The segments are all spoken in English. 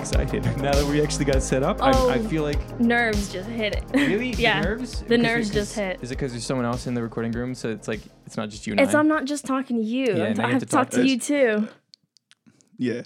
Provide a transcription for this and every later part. excited now that we actually got it set up. I, I Oh. feel like Nerves just hit it. really yeah. the nerves. The 'Cause it- nerves 'cause- just hit. Is it because there's someone else in the recording room? So it's like it's not just you and It's I. I'm not just talking to you. Yeah, I'm now you ta- I have have to to talk talk to you too. Yeah.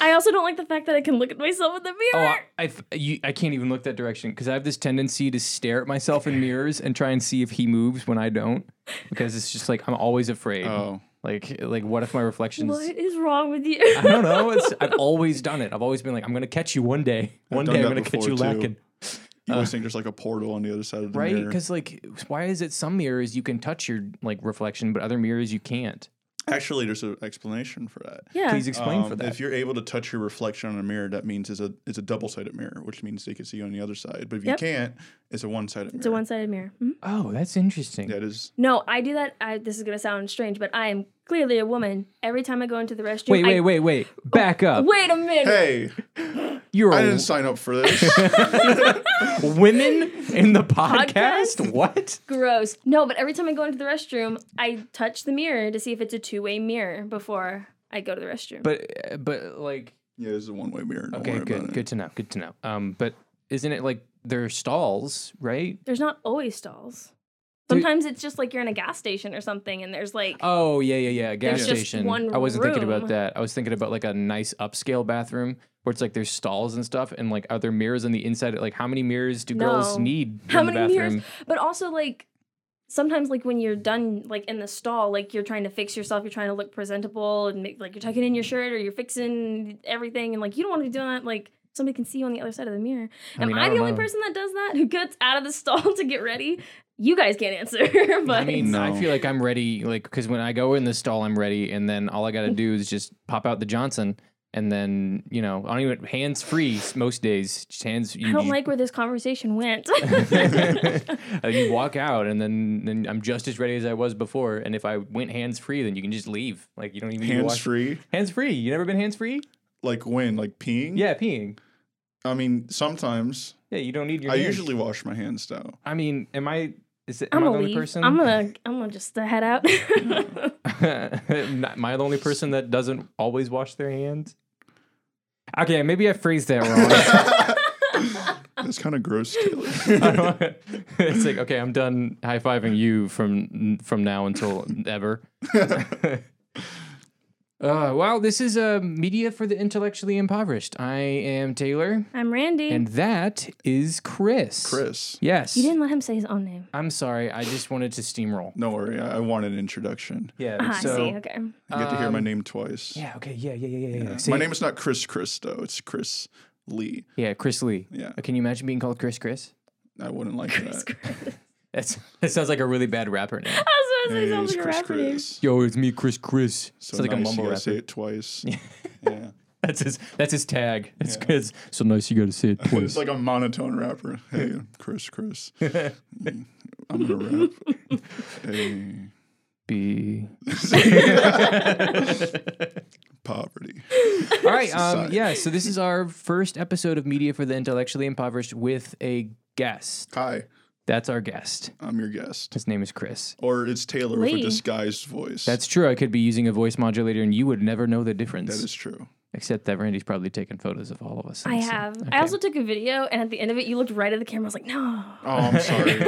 I also don't like the fact that I can look at myself in the Oh, mirror. I, I, you, I can't even look that direction because I have this tendency to stare at myself in mirrors and try and see if he moves when I don't, because it's just like I'm always afraid. Oh. Like, like what if my reflections? what is wrong with you? I don't know. It's, I've always done it. I've always been like, I'm gonna catch you one day. One done day I'm that gonna catch before, you too. lacking. You always think there's like a portal on the other side of the Uh. Right? mirror. Because like, why is it some mirrors you can touch your like reflection, but other mirrors you can't? Actually, there's an explanation for that. yeah. Please explain Um, for that. If you're able to touch your reflection on a mirror, that means it's a it's a double sided mirror, which means they can see you on the other side. But if Yep. you can't, it's a one sided mirror. It's a one-sided mirror. Mhm. Oh, that's interesting. That is No, I do that. I, this is gonna sound strange, but I am clearly a woman. Every time I go into the restroom, Wait, wait, I, Oh, wait, wait. Back up. wait a minute. Hey, You're I a didn't sign up for this. women in the podcast? What? Gross. No, but every time I go into the restroom, I touch the mirror to see if it's a two-way mirror before I go to the restroom. But but like yeah, this is a one way mirror. Don't okay, worry good, about good to know, good to know. Um, but isn't it like there are stalls, right? there's not always stalls. Dude- Sometimes it's just like you're in a gas station or something, and there's like Oh yeah, yeah, yeah. Gas There's just station. one I wasn't thinking about room. that. I was thinking about like a nice upscale bathroom where it's like there's stalls and stuff, and like are there mirrors on the inside? Like how many mirrors do girls No. need how in the many bathroom? mirrors. But also like sometimes like when you're done like in the stall, like you're trying to fix yourself, you're trying to look presentable, and make, like you're tucking in your shirt or you're fixing everything, and like you don't want to be doing that. Like somebody can see you on the other side of the mirror. I Am mean, I I, the don't only know. person that does that who gets out of the stall to get ready? You guys can't answer, but I mean, No. I feel like I'm ready, like because when I go in the stall, I'm ready, and then all I gotta do is just pop out the Johnson, and then you know, I don't even hands free most days. Just hands. You, I don't you- like where this conversation went. Uh, you walk out, and then then I'm just as ready as I was before. And if I went hands free, then you can just leave. Like you don't even it. Hands free, Hands free. You never been hands free? like when, like peeing. Yeah, peeing. I mean, sometimes Yeah, you don't need your. I hands. usually wash my hands though. I mean, am I? Is it, am I I'm the gonna only leave. person? I'm gonna I'm gonna just head out. Not- am I the only person that doesn't always wash their hands? Okay, maybe I phrased that wrong. That's kind of gross, Taylor. I don't- it's like okay, I'm done high fiving you from from now until ever. uh, wow, this is uh, media for the intellectually impoverished. I am Taylor, I'm Randy. and that is Chris. Chris, Yes. you didn't let him say his own name. I'm sorry. I just wanted to steamroll. don't worry. I, I want an introduction. Yeah. Ah, so, I see. Okay. You get to Um, hear my name twice. Yeah. Okay. Yeah. Yeah. Yeah. Yeah. yeah. See- My name is not Chris Chris though. It's Chris Lee. Yeah, Chris Lee. Yeah. Uh, Can you imagine being called Chris? Chris. I wouldn't like that. That's that sounds like a really bad rapper name. I was about to say Hey, sounds it's like a Chris rapper name. Chris. Yo, it's me, Chris. Chris. So sounds like a nice, mumble you gotta rapper. say it twice. yeah. That's his. That's his tag. It's, it's so nice. You got to say it twice. It's like a monotone rapper. Hey, Chris Chris. I'm gonna rap. Hey, B. poverty. All right. Um, Society. yeah. So this is our first episode of Media for the Intellectually Impoverished with a guest. Hi, That's our guest. I'm your guest. His name is Chris. Or it's Taylor with Lee. a disguised voice. That's true. I could be using a voice modulator, and you would never know the difference. that is true. Except that Randy's probably taken photos of all of us. I have. I also took a video, and at the end of it, you looked right at the camera. I was like, no, Oh, I'm sorry.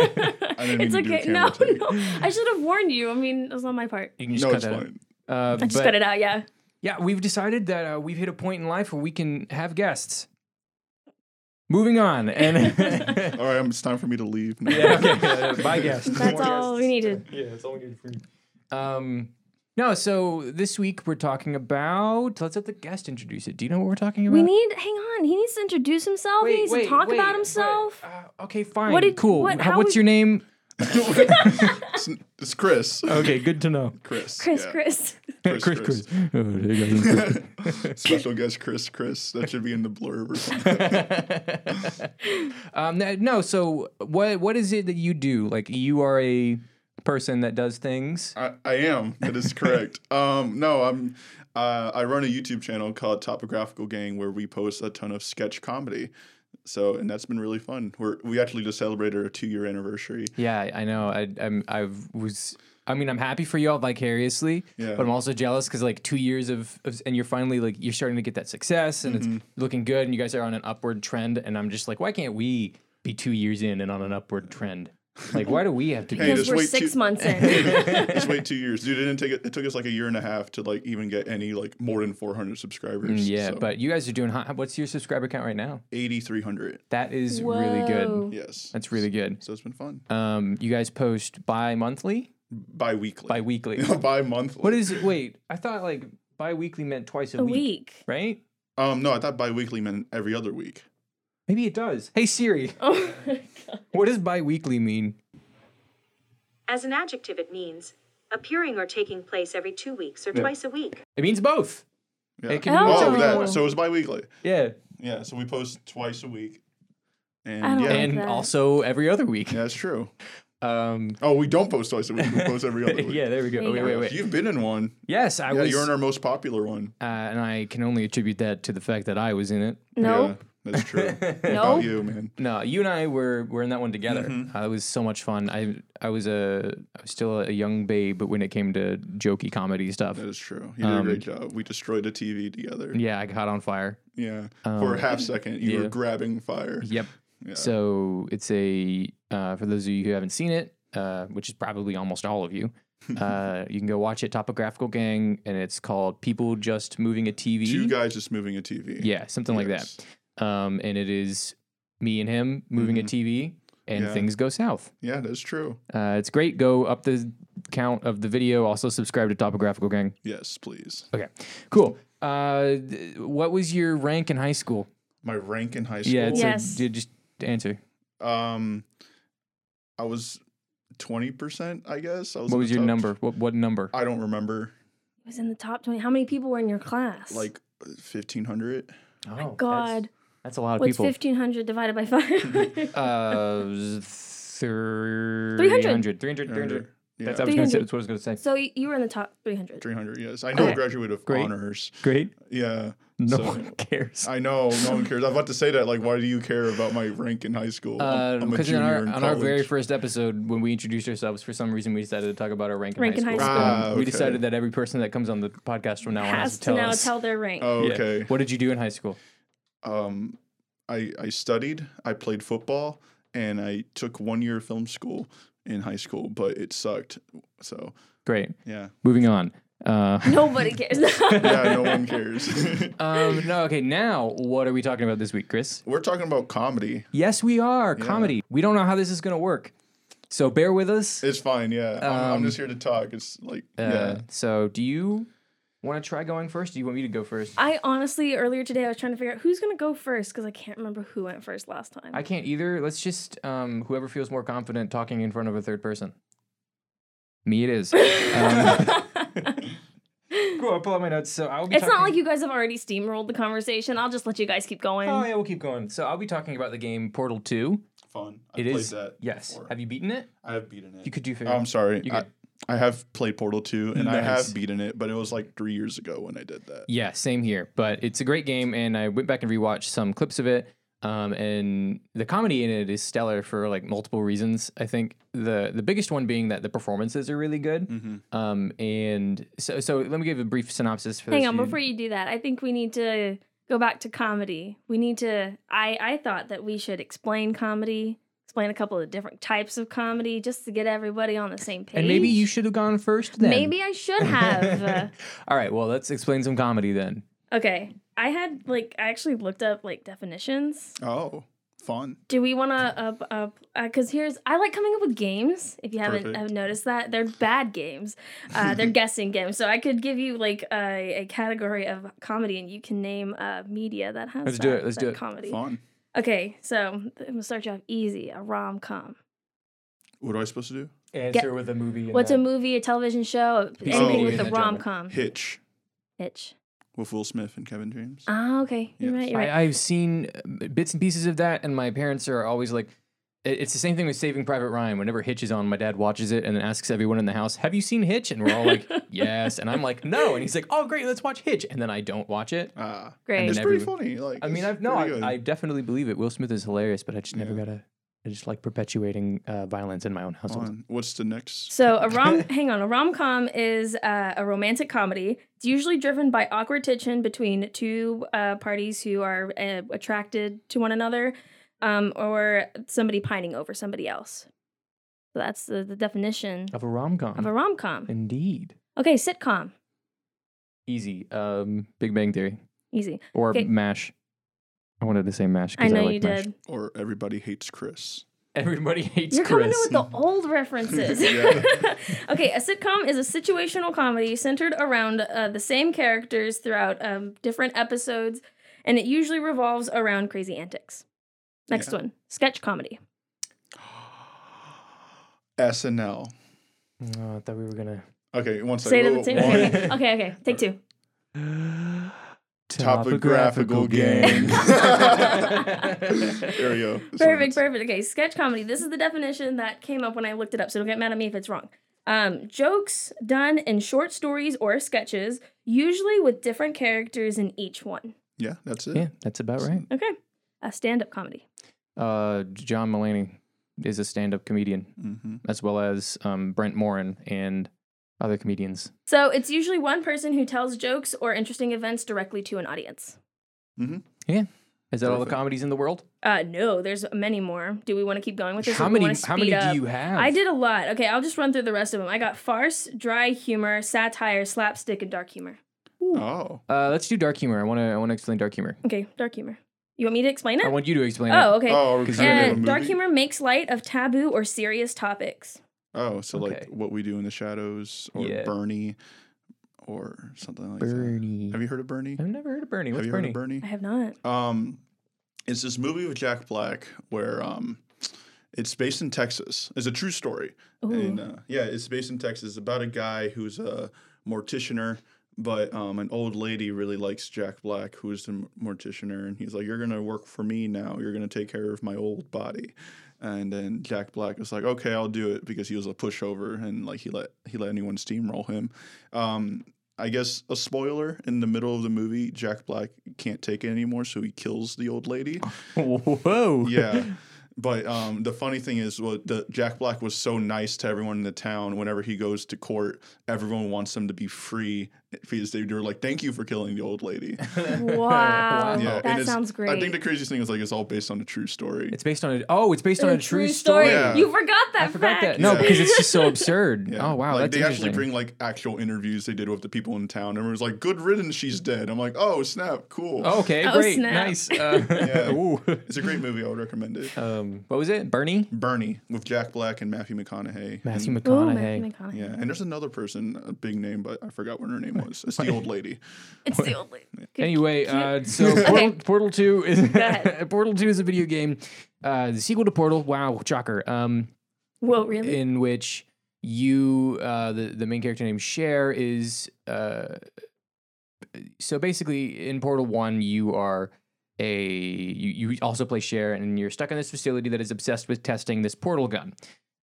I didn't it's mean to do a okay. No, camera take. no. I should have warned you. I mean, it was on my part. You can just No, cut it's that out. fine. Uh, I just but- cut it out. Yeah. Yeah, we've decided that uh, we've hit a point in life where we can have guests. Moving on, and All right, um, it's time for me to leave now. yeah, okay, uh, bye guest. That's all we needed. Yeah, it's all we need for you. Um, no, so this week we're talking about. Let's let the guest introduce it. Do you know what we're talking about? We need. Hang on. He needs to introduce himself. Wait, he needs wait, to talk wait, about wait. himself. Ah, Uh, okay, fine. What did- cool. what- How- how what's would- your name? It's, it's Chris. Okay, good to know. Chris. Chris, yeah. Chris. Chris, Chris, Oh, there you go. Special guest Chris, Chris. That should be in the blurb or something. Um, that- no, so what what is it that you do? Like you are a person that does things. I, I am. That is correct. um, no, I'm. Uh, I run a YouTube channel called Topographical Gang where we post a ton of sketch comedy. So, and that's been really fun. We're, we actually just celebrated our two year anniversary. Yeah, I know. I I'm, I was I mean, I'm happy for you all vicariously, Yeah. but I'm also jealous because like two years of, of- and you're finally like you're starting to get that success and it's Mm-hmm. looking good, and you guys are on an upward trend, and I'm just like, why can't we be two years in and on an upward trend? Like, why do we have to? Hey, be because just we're wait six two- months in. Just wait two years, dude. It didn't take it. It took us like a year and a half to like even get any like more than 400 subscribers. Mm, yeah, so but you guys are doing. hot- What's your subscriber count right now? 8,300. That is really good. Whoa. Yes, That's really good. so it's been fun. Um, you guys post bi-monthly, Bi-weekly. bi-weekly. Bi-monthly. what is? Wait, I thought like bi-weekly meant twice a, A week, week. right? Um, no, I thought bi-weekly meant every other week. Maybe it does. Hey Siri, Oh my God. what does bi-weekly mean? As an adjective, it means appearing or taking place every two weeks or twice a week. It means both. Yeah. It can be Oh. whichever oh, you that. want. So it was bi-weekly. yeah, Yeah. So we post twice a week. I And don't yeah, like and that. also every other week. yeah, that's true. Um, Oh, we don't post twice a week. We post every other week. yeah, there we go. There you Wait, go. wait, wait. You've been in one. yes, I yeah, was, you're in our most popular one. uh, and I can only attribute that to the fact that I was in it. No. Yeah, that's true. No. About you, man. No, you and I were were in that one together. Mm-hmm. Uh, it was so much fun. I I was a I was still a young babe when it came to jokey comedy stuff. That is true. You did a great job. We destroyed a TV together. Um, Yeah, I got on fire. Yeah. For a half second, you yeah. were grabbing fire. Yep. So it's a uh, for those of you who haven't seen it, uh, which is probably almost all of you. uh, you can go watch it, Topographical Gang, and it's called "People Just Moving a TV." Two guys just moving a TV. yeah, something like Yes. that. Um, and it is me and him moving a TV, and Mm-hmm. Yeah. things go south. Yeah, that's true. Uh, it's great. Go up the count of the video. Also subscribe to Topographical Gang. Yes, please. Okay, cool. Uh, th- what was your rank in high school? My rank in high school. Yeah, it's Yes. a, d- just answer. Um, I was twenty percent, I guess. I was What in was the your top- number? What what number? I don't remember. It was in the top 20. How many people were in your class? Like uh, fifteen hundred. Oh God. That's a lot of What's people. 1,500 divided by 500? Uh, 300. 300. 300. Yeah, That's, I was gonna say, 300. that's what I was going to say. so y- you were in the top 300. three hundred. Yes, I know. Okay. I graduated of Great. honors. Great. Yeah. No So- one cares. I know. No one cares. I was about to say that. Like, why do you care about my rank in high school? I'm- I'm a Because junior uh, on, our, in on our very college. first episode, when we introduced ourselves, for some reason we decided to talk about our rank in Rank high in school. high school. Um, Ah, We okay. decided that every person that comes on the podcast from now on has Has to to tell now us. tell their rank. Oh, Yeah. okay. What did you do in high school? um, I I studied, I played football, and I took one year of film school in high school, but it sucked. So Great. yeah, Moving on. Uh, Nobody cares. yeah, no one cares. um, no, okay. Now, what are we talking about this week, Chris? We're talking about comedy. Yes, we are. Comedy. We don't know how this is going to work. So bear with us. It's fine. Yeah, I'm, I'm just here to talk. It's like Um, Uh, yeah. So, do you want to try going first? Do you want me to go first? I honestly, earlier today, I was trying to figure out who's going to go first because I can't remember who went first last time. I can't either. Let's just um, whoever feels more confident talking in front of a third person. Me, it is. um, cool. I'll pull out my notes. So I'll be. it's not talking- like you guys have already steamrolled the conversation. I'll just let you guys keep going. Oh yeah, we'll keep going. So I'll be talking about the game Portal Two. fun. I It played is that. yes. before. Have you beaten it? I have beaten it. You could do. Fair. Oh, I'm sorry. You I, could- I have played Portal 2 and I Nice. have beaten it, but it was like three years ago when I did that. Yeah, same here. But it's a great game, and I went back and rewatched some clips of it. Um, and the comedy in it is stellar for like multiple reasons. I think the the biggest one being that the performances are really good. Um, and so so let me give a brief synopsis for Hang those on, of you- before you do that, I think we need to go back to comedy. We need to. I I thought that we should explain comedy, explain a couple of different types of comedy, just to get everybody on the same page. And maybe you should have gone first then. Maybe I should have. uh, All right. Well, let's explain some comedy then. okay, I had like I actually looked up like definitions. Oh, fun. Do we want to? Uh, because here's I like coming up with games. If you haven't Perfect. have noticed that, they're bad games. Uh, they're guessing games. So I could give you like a, a category of comedy, and you can name uh, media that has. Let's do that- it, let's that do it. Comedy. Fun. Okay, so I'm gonna start you off easy. A rom com. What am I supposed to do? Mm-hmm. Answer with a movie. and What's a then- movie, a television show, Piece of anything media with in a that genre. rom com Hitch itch? with Will Smith and Kevin James. Ah, okay, you're Yes. right. You're right. I, I've seen uh, bits and pieces of that, and my parents are always like, it- it's the same thing with Saving Private Ryan. Whenever Hitch is on, my dad watches it and then asks everyone in the house, "Have you seen Hitch?" And we're all like, "Yes," and I'm like, "No," and he's like, "Oh, great, let's watch Hitch," and then I don't watch it. Ah, Uh, Great. and it's then pretty everyone- funny. Like, I mean, it's I've no, pretty good. I, I definitely believe it. Will Smith is hilarious, but I just never Yeah. got a I just like perpetuating uh, violence in my own household. on. What's the next? So a rom, hang on, a rom com is uh, a romantic comedy. It's usually driven by awkward tension between two uh, parties who are uh, attracted to one another, um, or somebody pining over somebody else. So that's the, the definition Of a rom of a com. rom com. Indeed. Okay, sitcom, Easy. Um, Big Bang Theory easy. or Okay. MASH. I wanted to say MASH I because I, know like you MASH. did. Or everybody hates Chris. Everybody hates You're coming Chris. in with the old references. Yeah. okay, a sitcom is a situational comedy centered around uh, the same characters throughout um, different episodes, and it usually revolves around crazy antics. Next Yeah. one, sketch comedy. SNL. Oh, I thought we were gonna. Okay, one second. Say it at Whoa, the same one- okay, okay. okay, okay, Take two. Topographical gang. there we go. So Perfect, perfect. Okay, sketch comedy. This is the definition that came up when I looked it up, so don't get mad at me if it's wrong. Um, jokes done in short stories or sketches, usually with different characters in each one. Yeah, that's it. yeah, that's about right. Okay, a stand up comedy. Uh, John Mulaney is a stand-up comedian, Mm-hmm. as well as um, Brent Morin and other comedians. So it's usually one person who tells jokes or interesting events directly to an audience. Is that all the Perfect. comedies in the world? Uh, no, there's many more. Do we want to keep going with this? or How do we many? wanna How many speed up? do you have? I did a lot. Okay, I'll just run through the rest of them. I got farce, dry humor, satire, slapstick, and dark humor. Oh, Uh, let's do dark humor. I want to. I want to explain dark humor. Okay, dark humor. You want me to explain it? I want you to explain oh, it. okay. oh, are we 'Cause trying to you do Uh, a dark movie? humor makes light of taboo or serious topics. Oh, so like Okay. what we do in the shadows, or Yeah. Bernie, or something like Bernie. that. Have you heard of Bernie? I've never heard of Bernie. What's Have you Bernie? heard of Bernie? I have not. Um, it's this movie with Jack Black where um, it's based in Texas. It's a true story. Ooh. And uh, yeah, it's based in Texas. It's about a guy who's a morticianer, but um, an old lady really likes Jack Black, who's the m- morticianer, and he's like, "You're gonna work for me now. You're gonna take care of my old body." And then Jack Black was like, "Okay, I'll do it," because he was a pushover and like he let he let anyone steamroll him. Um, I guess a spoiler in the middle of the movie, Jack Black can't take it anymore, so he kills the old lady. Whoa. Yeah. But um, the funny thing is, well, the, Jack Black was so nice to everyone in the town. Whenever he goes to court, everyone wants him to be free because they were like, "Thank you for killing the old lady." Wow, Wow. Yeah, and that it's- sounds great. I think the craziest thing is like it's all based on a true story. It's based on a. Oh, it's based on a, true, story. Yeah. You forgot that I forgot fact. that. No, Yeah. because it's just so absurd. Yeah. Oh wow, Like that's they interesting. actually bring like actual interviews they did with the people in town, and it was like, "Good riddance, she's dead." I'm like, "Oh snap, cool." Oh, okay, Oh, great, snap. nice. Uh, Yeah. ooh. It's a great movie. I would recommend it. Um, what was it? Bernie, Mm. Bernie with Jack Black and Matthew McConaughey. Matthew And- Ooh, McConaughey. Matthew McConaughey. yeah, and there's another person, a big name, but I forgot what her name was. It's the old lady. It's the old lady. Good- Anyway, cute. uh, so Portal, Portal Two is ahead. Portal Two is a video game, uh, the sequel to Portal. Wow, shocker. Um, Whoa, really? in which you, uh, the the main character named Cher is. Uh, so basically, in Portal One, you are a you, you also play Cher, and you're stuck in this facility that is obsessed with testing this portal gun,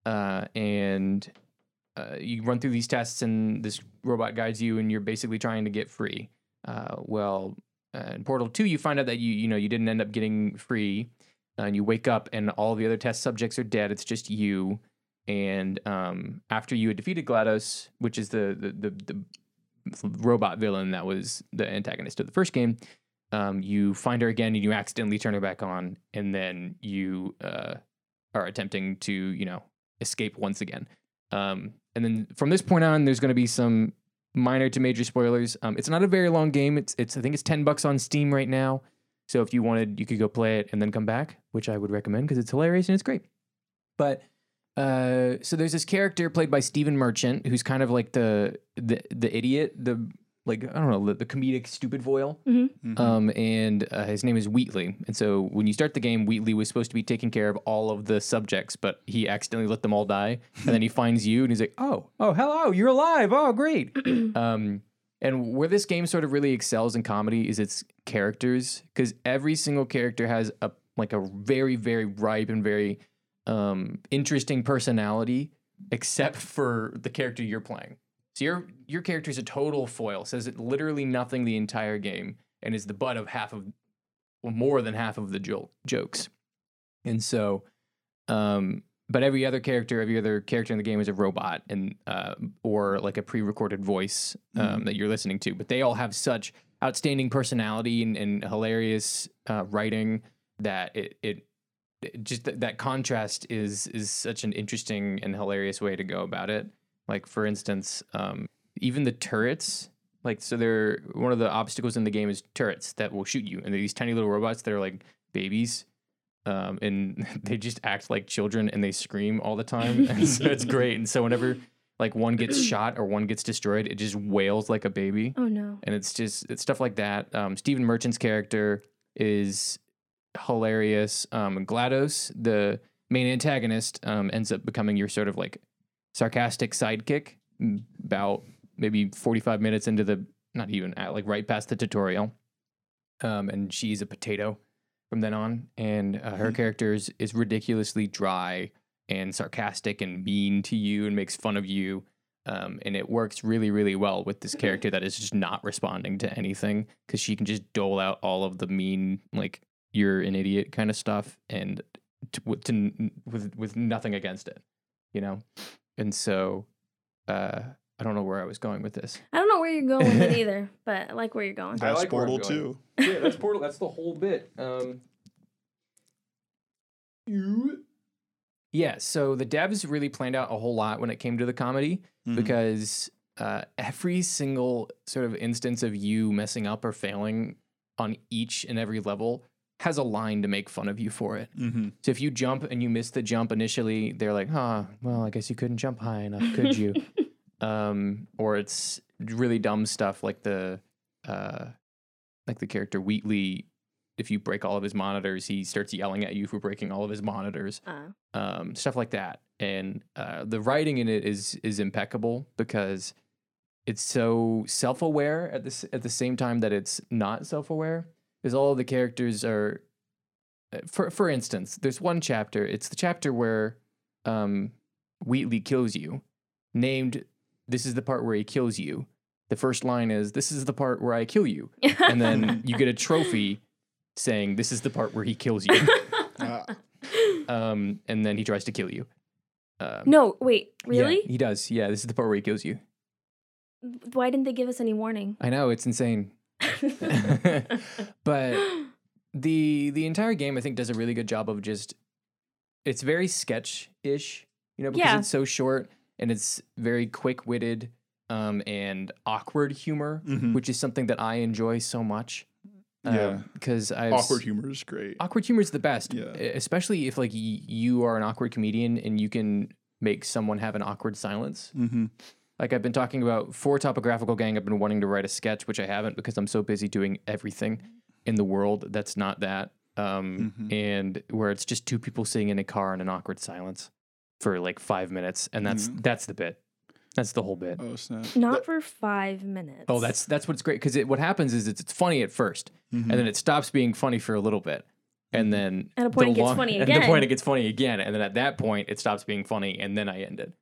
uh, and. Uh, you run through these tests, and this robot guides you, and you're basically trying to get free. Uh, well, uh, in Portal Two, you find out that you you know you didn't end up getting free, and you wake up and all the other test subjects are dead. It's just you, and um, after you had defeated Glados, which is the the the, the robot villain that was the antagonist of the first game, um, you find her again and you accidentally turn her back on, and then you uh, are attempting to you know escape once again. Um, and then from this point on, there's going to be some minor to major spoilers. Um, it's not a very long game. It's it's I think it's ten bucks on Steam right now. So if you wanted, you could go play it and then come back, which I would recommend because it's hilarious and it's great. But uh, so there's this character played by Stephen Merchant who's kind of like the the the idiot, the like I don't know, the, the comedic stupid foil. Mhm. Um, and uh, his name is Wheatley. And so when you start the game, Wheatley was supposed to be taking care of all of the subjects, but he accidentally let them all die. And then he finds you and he's like, oh, oh, hello, you're alive. Oh, great. um, and where this game sort of really excels in comedy is its characters, because every single character has a like a very, very ripe and very um, interesting personality, except for the character you're playing. So your your character is a total foil, says it literally nothing the entire game, and is the butt of half of, well, more than half of the jo- jokes. And so, Um, but every other character, every other character in the game is a robot and uh, or like a pre-recorded voice um, that you're listening to. But they all have such outstanding personality and, and hilarious uh, writing that it, it it just th- that contrast is is such an interesting and hilarious way to go about it. Like for instance, um, even the turrets, like so they're one of the obstacles in the game is turrets that will shoot you, and they're these tiny little robots that are like babies. Um, and they just act like children and they scream all the time. And so it's great. And so whenever like one gets shot or one gets destroyed, it just wails like a baby Oh no. and it's just it's stuff like that. Um, Stephen Merchant's character is hilarious. Um, Glados, the main antagonist, um, ends up becoming your sort of like sarcastic sidekick m- about maybe forty five minutes into the not even at like right past the tutorial, um, and she's a potato from then on, and uh, her character is, is ridiculously dry and sarcastic and mean to you and makes fun of you um, and it works really really well with this character that is just not responding to anything because she can just dole out all of the mean like you're an idiot kind of stuff and to, with, to, n- with with nothing against it you know and so uh i don't know where i was going with this I don't know where you're going with it either, but I like where you're going. I That's like where I'm Portal going. too. yeah that's portal that's the whole bit um yeah so the devs really planned out a whole lot when it came to the comedy because uh, every single sort of instance of you messing up or failing on each and every level has a line to make fun of you for it. hmm So if you jump and you miss the jump initially, they're like, huh, well, I guess you couldn't jump high enough, could you? um, or it's really dumb stuff like the uh, like the character Wheatley. If you break all of his monitors, he starts yelling at you for breaking all of his monitors Uh, um, stuff like that. And uh, the writing in it is is impeccable because it's so self aware at this at the same time that it's not self aware. Because all of the characters are, uh, for for instance, there's one chapter. It's the chapter where um, Wheatley kills you. Named, this is the part where he kills you. The first line is, "This is the part where I kill you," and then you get a trophy saying, "This is the part where he kills you." um, and then he tries to kill you. Um, no, wait, yeah, really? he does. Yeah, this is the part where he kills you. Why didn't they give us any warning? I know it's insane, but the the entire game I think does a really good job of just it's very sketch ish, you know, because Yeah. it's so short and it's very quick witted um, and awkward humor, Mhm. which is something that I enjoy so much. Um, Yeah. because I Awkward humor is great. Uh, awkward humor is the best Yeah. e- especially if like y- you are an awkward comedian and you can make someone have an awkward silence Mm-hmm. like i've been talking about for topographical gang i've been wanting to write a sketch which i haven't because i'm so busy doing everything in the world that's not that um, Mhm. and where it's just two people sitting in a car in an awkward silence for like five minutes and that's Yeah. that's the bit that's the whole bit Oh snap! Not for five minutes. Oh, that's that's what's great because what happens is it's, it's funny at 1st Mm-hmm. and then it stops being funny for a little bit, and then At a point the it gets funny At the point again. it gets funny again, and then at that point it stops being funny, and then I end it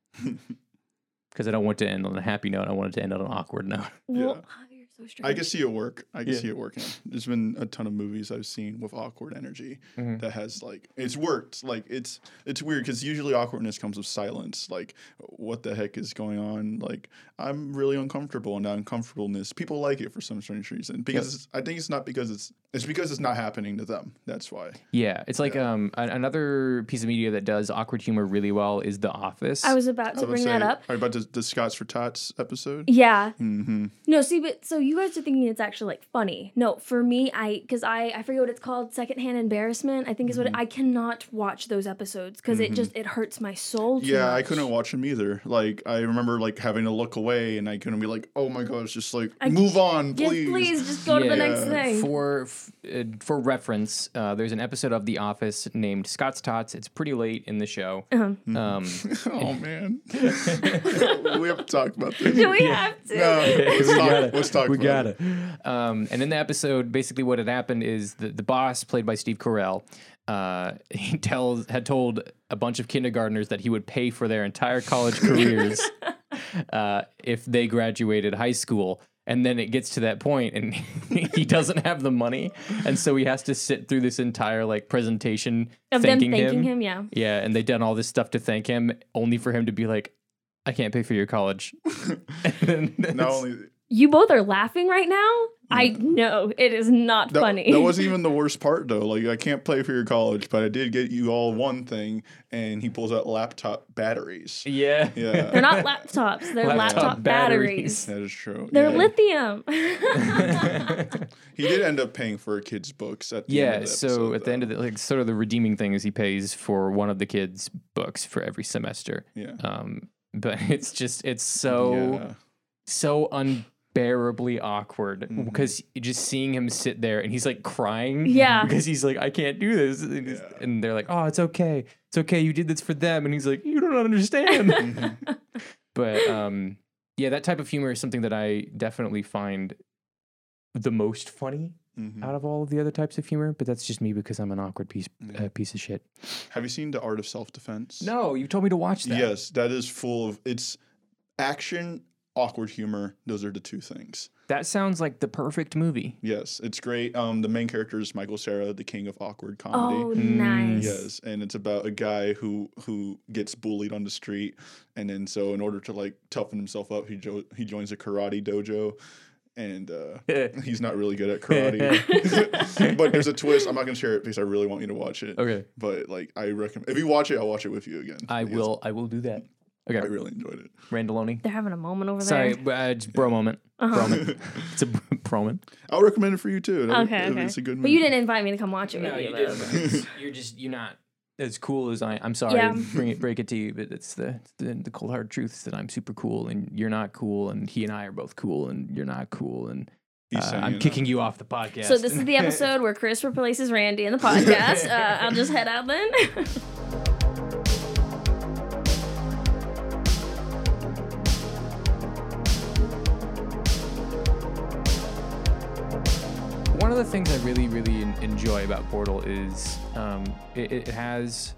because I don't want to end on a happy note. I wanted to end on an awkward note. Well, oh, yeah. you're so strange. I can see it work. I can Yeah. see it working. There's been a ton of movies I've seen with awkward energy Mhm. that has like it's worked. Like it's it's weird because usually awkwardness comes with silence. Like what the heck is going on? Like I'm really uncomfortable, and that uncomfortableness people like it for some strange reason. Because it's, I think it's not because it's it's because it's not happening to them. That's why. Yeah, it's like um a- another piece of media that does awkward humor really well is The Office. I was about to I would bring say- that up. Are you about the, the Scots for Tots episode? Yeah. Mm-hmm. No, see, but so you guys are thinking it's actually like funny. No, for me, I because I I forget what it's called. Secondhand embarrassment, I think is what it, Mm-hmm. I cannot watch those episodes because it just it hurts my soul. Too Yeah, I much. couldn't watch him either. Like I remember like having to look away and I couldn't be like, "Oh my gosh, just like I- move on, Just please." please just go to the Yeah. next thing. For f- uh, for reference, uh, there's an episode of The Office named Scott's Tots. It's pretty late in the show. Uh-huh. Um, oh man. we have to talk about this. Do we have to? No, let's talk, let's talk we about got it. it. Um, and in the episode, basically what had happened is the, the boss, played by Steve Carell, uh, he tells had told a bunch of kindergartners that he would pay for their entire college careers uh, if they graduated high school. And then it gets to that point, and he doesn't have the money, and so he has to sit through this entire like presentation Of thanking, them thanking him. him. yeah. Yeah, and they've done all this stuff to thank him, only for him to be like, "I can't pay for your college." And then Not it's- only You both are laughing right now. I know it is not that, funny. that wasn't even the worst part though. Like I can't play for your college, but I did get you all one thing. And he pulls out laptop batteries. yeah, Yeah, they're not laptops. They're Laptop laptop, batteries. batteries. that is true. They're yeah. lithium. He did end up paying for a kid's books at the end of yeah. the So episode, at the end of the like, sort of the redeeming thing is he pays for one of the kids' books for every semester. though. yeah. Um, but it's just it's so Yeah. so unbearably awkward Mhm. because just seeing him sit there and he's like crying. Yeah. Because he's like, I can't do this. And, he's- Yeah. and they're like, Oh, it's okay. It's okay. You did this for them. And he's like, You don't understand. Mm-hmm. but um, yeah, that type of humor is something that I definitely find the most funny Mhm. out of all of the other types of humor. But that's just me because I'm an awkward piece Yeah. uh, piece of shit. Have you seen The Art of Self Defense? No, you told me to watch that. Yes, that is full of it's action, awkward humor. Those are the two things. That sounds like the perfect movie. Yes, it's great. Um, the main character is Michael Sarah, the king of awkward comedy. oh, Mm, nice. Yes, and it's about a guy who who gets bullied on the street, and then so in order to like toughen himself up, he jo- he joins a karate dojo, and uh, he's not really good at karate. but there's a twist. I'm not gonna share it because I really want you to watch it. Okay. But like I recommend, if you watch it, I'll watch it with you again. I Because will I will do that. I Okay. really enjoyed it. Randalloni. They're having a moment over Sorry, there. but, uh, it's bro moment. Bro moment. it's a bro moment. I'll recommend it for you too. That- Okay, that- okay. It's a good But you didn't invite me to come watch it with you. though. You're just you're not as cool as I. I'm sorry. Yeah. Bring it, break it to you, but it's the, it's the the cold hard truth is that I'm super cool and you're not cool, and he and I are both cool, and you're not cool, and He's uh, saying I'm it kicking you off the podcast. So this is the episode where Chris replaces Randy in the podcast. Uh, I'll just head out then. One of the things I really, really en- enjoy about Portal is um, it, it has,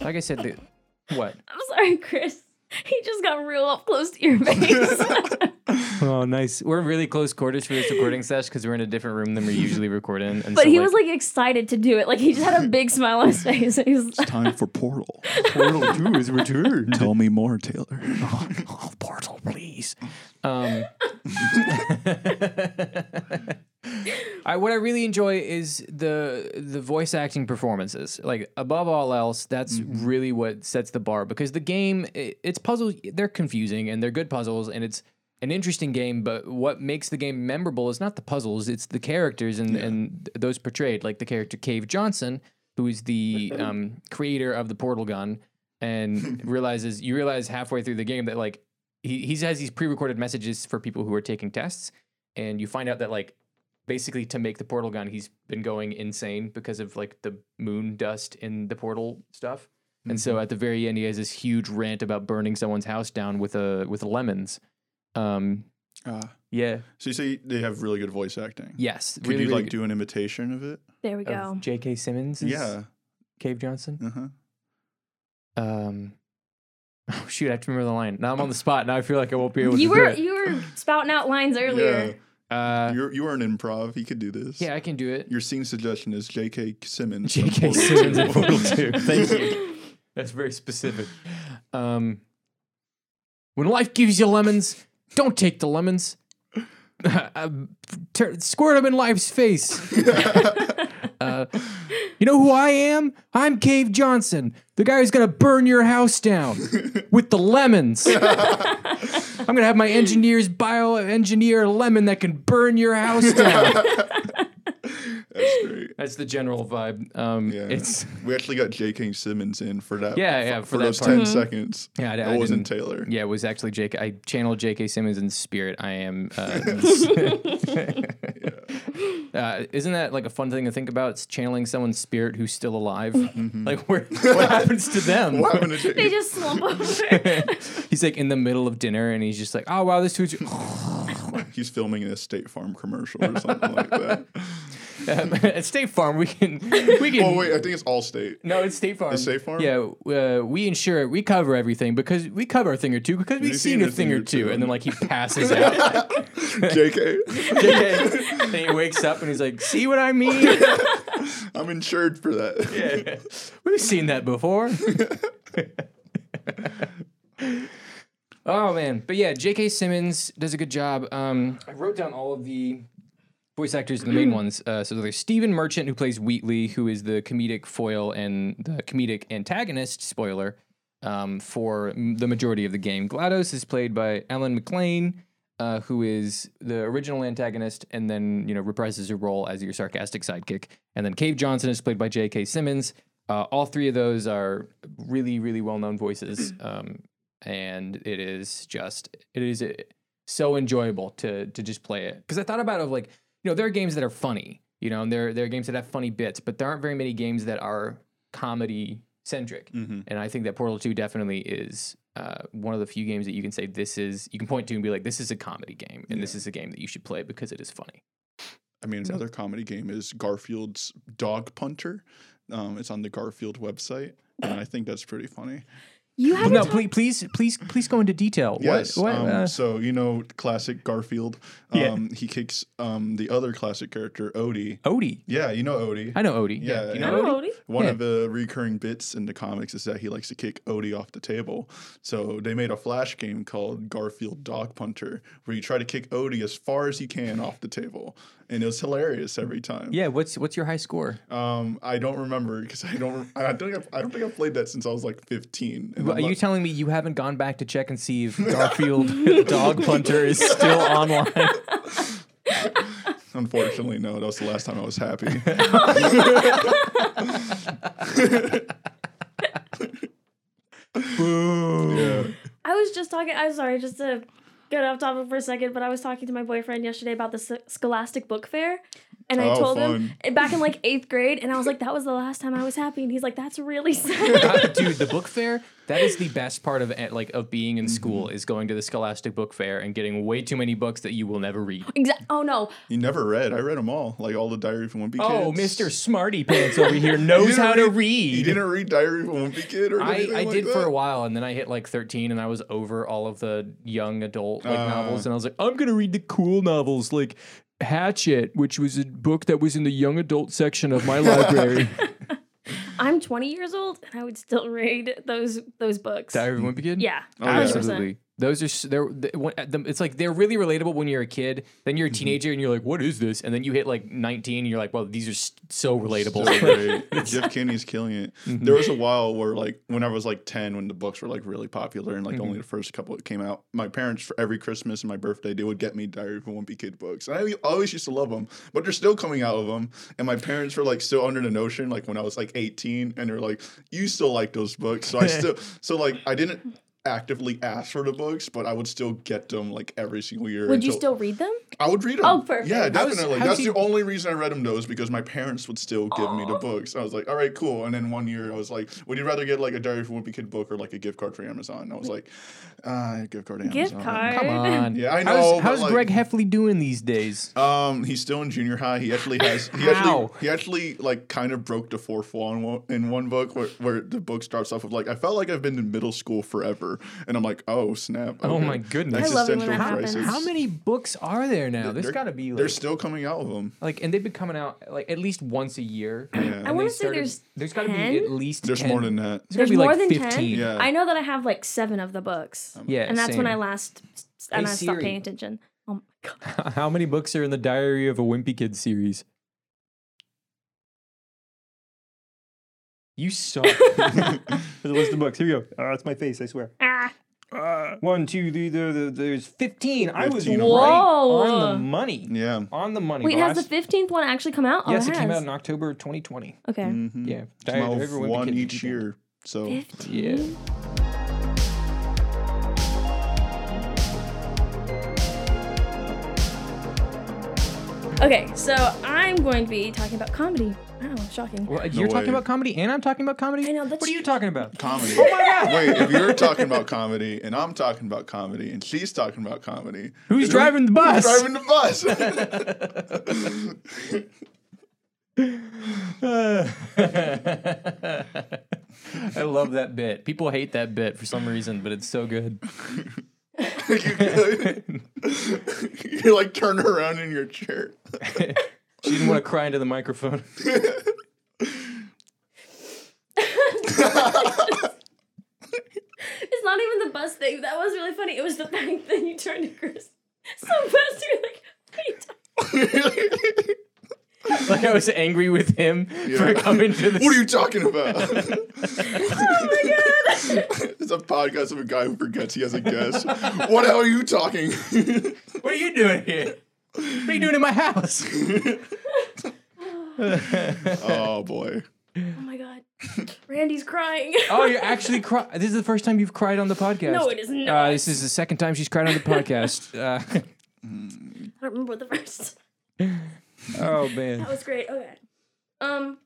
like I said, the, what? I'm sorry, Chris. He just got real up close to your face. Oh, nice. We're really close quarters for this recording sesh because we're in a different room than we usually record in. And but so, he was like excited to do it. Like he just had a big smile on his face. He was It's time for Portal. Portal 2 is returned. Tell me more, Taylor. oh, Portal, please. Um, I, what I really enjoy is the the voice acting performances. Like above all else, that's really what sets the bar because the game i it's puzzles. They're confusing and they're good puzzles and it's an interesting game. But what makes the game memorable is not the puzzles; it's the characters and and those portrayed. Like the character Cave Johnson, who is the um, creator of the portal gun, and realizes you realize halfway through the game that like he, he has these pre-recorded messages for people who are taking tests and you find out that like basically to make the portal gun he's been going insane because of like the moon dust in the portal stuff and Mm-hmm. so at the very end he has this huge rant about burning someone's house down with a with lemons um Uh, yeah so you say they have really good voice acting. yes Could you like do an imitation of it? there we go. jk simmons Yeah. cave johnson Uh-huh. um oh shoot i have to remember the line now i'm on the spot now i feel like i won't be able to You were do it you were spouting out lines earlier. uh You're, you are an improv. You could do this. yeah i can do it Your scene suggestion is J.K. Simmons. from J.K. Portal Simmons in 2. Portal 2. Thank you. That's very specific. Um, when life gives you lemons, don't take the lemons. Uh, tur- squirt them in life's face. Uh, you know who I am? I'm Cave Johnson, the guy who's gonna burn your house down with the lemons. I'm gonna have my engineer's bioengineer lemon that can burn your house down. That's great. That's the general vibe. Um, Yeah. It's we actually got J.K. Simmons in for that. Yeah, yeah, for For, that those part. 10 Mm-hmm. seconds. Yeah, I- That I wasn't didn't- Taylor. Yeah, it was actually Jake. I channeled J.K. Simmons in spirit. I am. Uh, uh, isn't that like a fun thing to think about? It's channeling someone's spirit who's still alive. Like, where, what happens to them? Mm-hmm. What happened to They J.K.? just slump over. he's like in the middle of dinner and he's just like, oh, wow, this food's. He's filming a State Farm commercial or something like that. Um, at State Farm, we can we can. Oh wait, I think it's Allstate. No, it's State Farm. It's State Farm? Yeah, uh, we insure, we cover everything because we cover a thing or two because we've seen a thing or two. And then like he passes out, JK, and he wakes up and he's like, "See what I mean? I'm insured for that. We've seen that before." oh man, but yeah, J.K. Simmons does a good job. Um, I wrote down all of the voice actors, the main ones. Uh, so there's Stephen Merchant, who plays Wheatley, who is the comedic foil and the comedic antagonist, spoiler, um, for m- the majority of the game. GLaDOS is played by Alan McLean, uh, who is the original antagonist and then, you know, reprises her role as your sarcastic sidekick. And then Cave Johnson is played by J.K. Simmons. Uh, all three of those are really, really well known voices. Um, and it is just, it is. a- so enjoyable to to just play it because I thought about it of like you know there are games that are funny you know and there there are games that have funny bits but there aren't very many games that are comedy centric Mm-hmm. and I think that Portal Two definitely is uh, one of the few games that you can say this is you can point to and be like this is a comedy game and this is a game that you should play because it is funny I mean, another comedy game is Garfield's Dog Punter. Um, it's on the Garfield website, and I think that's pretty funny. You haven't no talked- please please please please go into detail Yes. what, what um, uh, so you know, classic Garfield. Yeah. Um, He kicks um, the other classic character, Odie. Odie Yeah, you know Odie. I know Odie Yeah, do you yeah. know Odie? Hello, Odie. One Yeah. of the recurring bits in the comics is that he likes to kick Odie off the table. So they made a flash game called Garfield Dog Punter, where you try to kick Odie as far as you can off the table, and it was hilarious every time. yeah what's what's your high score Um, I don't remember because I don't. I don't think I've, I don't think I've played that since I was like 15. And Well, I'm Are you like- telling me you haven't gone back to check and see if Garfield Dog Punter is still online? unfortunately, no. That was the last time I was happy. Yeah. I was just talking. I'm sorry, just to get off topic for a second, but I was talking to my boyfriend yesterday about the S- Scholastic Book Fair, and I Oh, told fun. him back in like eighth grade, and I was like, "That was the last time I was happy," and he's like, "That's really sad." Uh, dude, the book fair, that is the best part of eh, like of being Mm-hmm. in school is going to the Scholastic Book Fair and getting way too many books that you will never read. Exa- oh no, You never read. I read them all, like all the Diary of a Wimpy Kid. Oh, Mr. Smarty Pants over here knows didn't how to You read. didn't read Diary of a Wimpy Kid or I, anything I like did that? for a while and then I hit like 13 and I was over all of the young adult like Uh. novels and I was like I'm going to read the cool novels like Hatchet which was a book that was in the young adult section of my library. I'm 20 years old, and I would still read those those books. Diary Oh, of a Wimpy Kid? Yeah, Oh, yeah. 100%. Absolutely. Those are s- they're th- when- at the- it's like they're really relatable when you're a kid. Then Mm-hmm. you're a teenager and you're like, "What is this?" And then you hit like 19, and you're like, "Well, these are s- so relatable." Mm-hmm. Still great. Jeff Kinney's killing it. There was a while where, like, when I was like ten, when the books were like really popular, and like Mm-hmm. only the first couple that came out, my parents for every Christmas and my birthday, they would get me Diary of a Wimpy Kid books, and I always used to love them. But they're still coming out of them, and my parents were like still under the notion, like when I was like eighteen, and they're like, "You still like those books?" So I still, so like, I didn't actively ask for the books, but I would still get them like every single year. Would you until- still read them? I would read them. Oh, perfect. Yeah, How's- definitely. how's That's he- the only reason I read them though, is because my parents would still give me the books. I was like, all right, cool. And then one year I was like, would you rather get like a Diary of a Wimpy Kid book or like a gift card for Amazon? And I was like, ah, gift card to Gift Amazon. card. Come on. Yeah, I know, How's, but, how's like- Greg Heffley doing these days? Um, he's still in junior high. He actually has. He How? actually he actually like kind of broke the fourth wall in one, in one book where, where the book starts off with like I felt like I've been in middle school forever, and I'm like, oh snap. Oh, okay. my goodness. I love it when that Existential happens. How many books are there now? There's They're- got to be they're like, still coming out of them. like, and they've been coming out like at least once a year. I want to say there's there's got to be 10? at least There's 10. more than that. there's gotta There's be more like 15. than 10. Yeah. I know that I have like seven of the books, Yeah, and that's when I same. last and I stopped Siri. paying attention. Oh my god. How many books are in the Diary of a Wimpy Kid series? You suck. There's a list of books. Here we go. Uh, that's my face, I swear. Ah. Uh, one, two, three, there, there, there's 15. I was 15. right Whoa. on the money. Yeah. On the money. Wait, the has last- the 15th one actually come out? Yes, oh, it it, came has. out in October 2020. Okay. Mhm. Yeah. Come out Diary with of a Wimpy one Kid each people. year. So 15. Yeah. Okay, so I'm going to be talking about comedy. Wow, shocking. Well, you're talking way. about comedy and I'm talking about comedy? I know, that's- What are you talking about? comedy. Oh my god! Wait, if you're talking about comedy and I'm talking about comedy and she's talking about comedy, Who's driving the bus? driving the bus. I love that bit. People hate that bit for some reason, but it's so good. you like turn around in your chair. She didn't want to cry into the microphone. It's not even the bus thing. That was really funny. It was the fact that you turned to Chris so fast. You're like, what are you talking like I was angry with him for coming to this. What are you talking about? Oh my god! it's a podcast of a guy who forgets he has a guest. what hell are you talking? What are you doing here? What are you doing in my house? oh boy. Oh my god. Randy's crying. Oh, you're actually crying. This is the first time you've cried on the podcast. No, it is Uh, not. this is the second time she's cried on the podcast. Uh, I don't remember the first. oh man. That was great. Okay. Um,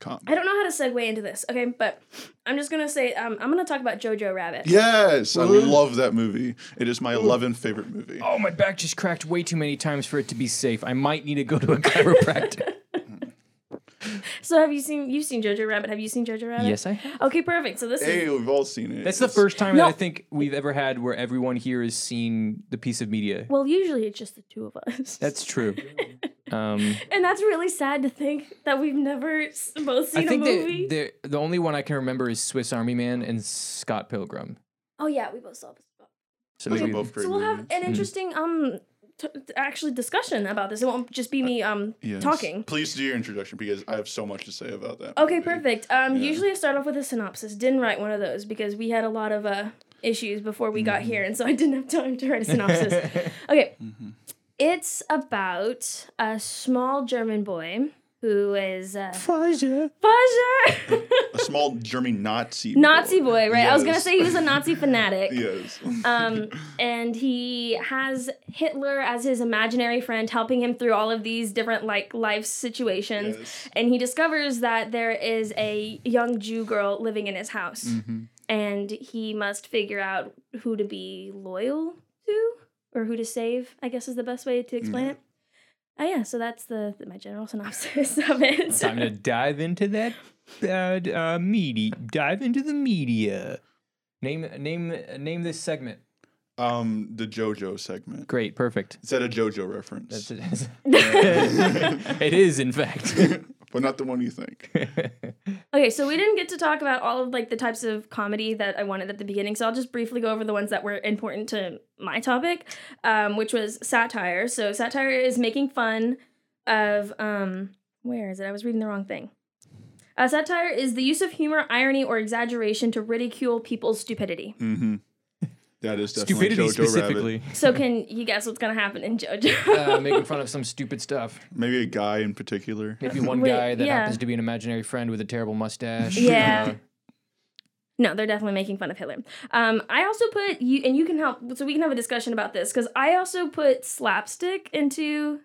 Come. I don't know how to segue into this. Okay, but I'm just gonna say um, I'm gonna talk about Jojo Rabbit. Yes, I love that movie. It is my 11th favorite movie. Oh, my back just cracked way too many times for it to be safe. I might need to go to a chiropractor. So have you seen you've seen Jojo Rabbit? Have you seen Jojo Rabbit? yes, I have. Okay, perfect. So this Hey, is we've all seen it. That's the It's- first time No. that I think we've ever had where everyone here has seen the piece of media. well, usually it's just the two of us. That's true. Um, and that's really sad to think that we've never s- both seen I think a movie. that the the only one I can remember is Swiss Army Man and Scott Pilgrim. oh yeah, we both saw this. So Those are maybe- both great So we'll have movies. Mm. an interesting um t- t- actually discussion about this. It won't just Uh, be me um Yes. talking. Please do your introduction because I have so much to say about that. Okay, movie. perfect. Um, Yeah. usually I start off with a synopsis. Didn't write one of those because we had a lot of uh issues before we Mm-hmm. got here, and so I didn't have time to write a synopsis. okay, Mm-hmm. it's about a small German boy who is uh, Faja, A small German Nazi. Nazi boy, right? I was gonna Yes. say he was a Nazi fanatic. Yes. Um, and he has Hitler as his imaginary friend, helping him through all of these different like life situations. Yes. And he discovers that there is a young Jew girl living in his house, and he must figure out who to be loyal to or who to save. I guess is the best way to explain it. Oh yeah, so that's the my general synopsis of it. Time to dive into that uh, uh, media. Dive into the media. Name name name this segment. Um, the JoJo segment. Great, perfect. Is that a JoJo reference? That's it. it is, in fact. but not the one you think. Okay, so we didn't get to talk about all of like the types of comedy that I wanted at the beginning, so I'll just briefly go over the ones that were important to my topic, um, which was satire. So satire is making fun of um, where is it? I was reading the wrong thing. Uh, satire is the use of humor, irony, or exaggeration to ridicule people's stupidity. Mm-hmm. That is definitely Stupidity JoJo specifically. Rabbit. So can you guess what's gonna happen in JoJo? Uh, making fun of some stupid stuff. Maybe a guy in particular. Maybe one Wait, guy that yeah. happens to be an imaginary friend with a terrible mustache. Yeah. No, they're definitely making fun of Hitler. Um, I also put you, and you can help. So we can have a discussion about this because I also put slapstick into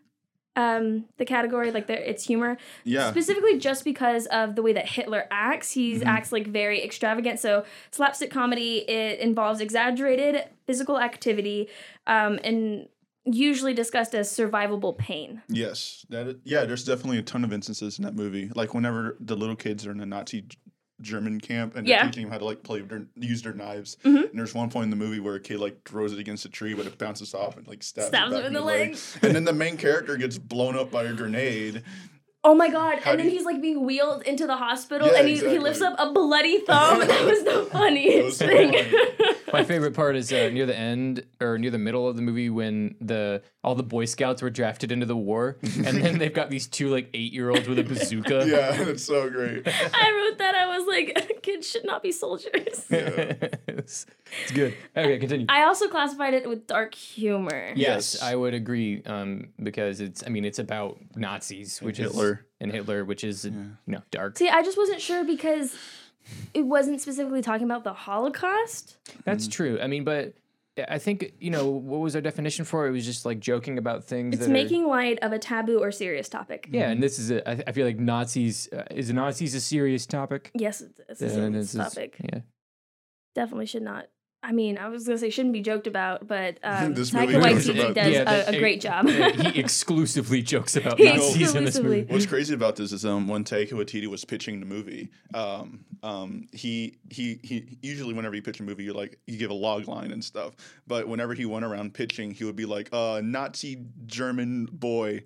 um, the category like the, it's humor, Yeah. Mm-hmm. specifically just because of the way that Hitler acts. He acts like very extravagant. So slapstick comedy it involves exaggerated physical activity, um, and usually discussed as survivable pain. Yes, that is, yeah. There's definitely a ton of instances in that movie. Like whenever the little kids are in a Nazi G- German camp and they're Yeah. Mm-hmm. teaching them how to like play with their, use their knives. And there's one point in the movie where a kid like throws it against a tree, but it bounces off and like stabs, Stabs him him in the leg. And then the main character gets blown up by a grenade. Oh my god! How and do then you- he's like being wheeled into the hospital, Yeah, and he, exactly. he lifts up a bloody thumb. that was the funniest That was thing. My favorite part is uh, near the end or near the middle of the movie when the all the Boy Scouts were drafted into the war, and then they've got these two like eight year olds with a bazooka. Yeah, that's so great. I wrote that. I was like, kids should not be soldiers. it's, it's good. Okay, continue. I also classified it with dark humor. yes, Yes. I would agree. Um, because it's I mean it's about Nazis, which is Hitler. and Hitler, which is you know dark. See, I just wasn't sure because it wasn't specifically talking about the Holocaust. That's true. I mean, but I think you know what was our definition for it? It was just like joking about things. It's that are- making light of a taboo or serious topic. Yeah, and this is a, I, I feel like Nazis uh, is Nazis a serious topic? Yes, it's, it's a And serious this is- topic. yeah. Definitely should not. I mean, I was gonna say shouldn't be joked about, but um, This Taika movie jokes Waititi about- does Yeah, a- that- e a, great job. Yeah, he exclusively jokes about He Nazis in this movie. exclusively. What's crazy about this is um, when Taika Waititi was pitching the movie, um, um, he he he usually whenever you pitch a movie, you like you give a log line and stuff. But whenever he went around pitching, he would be like, uh, "Nazi German boy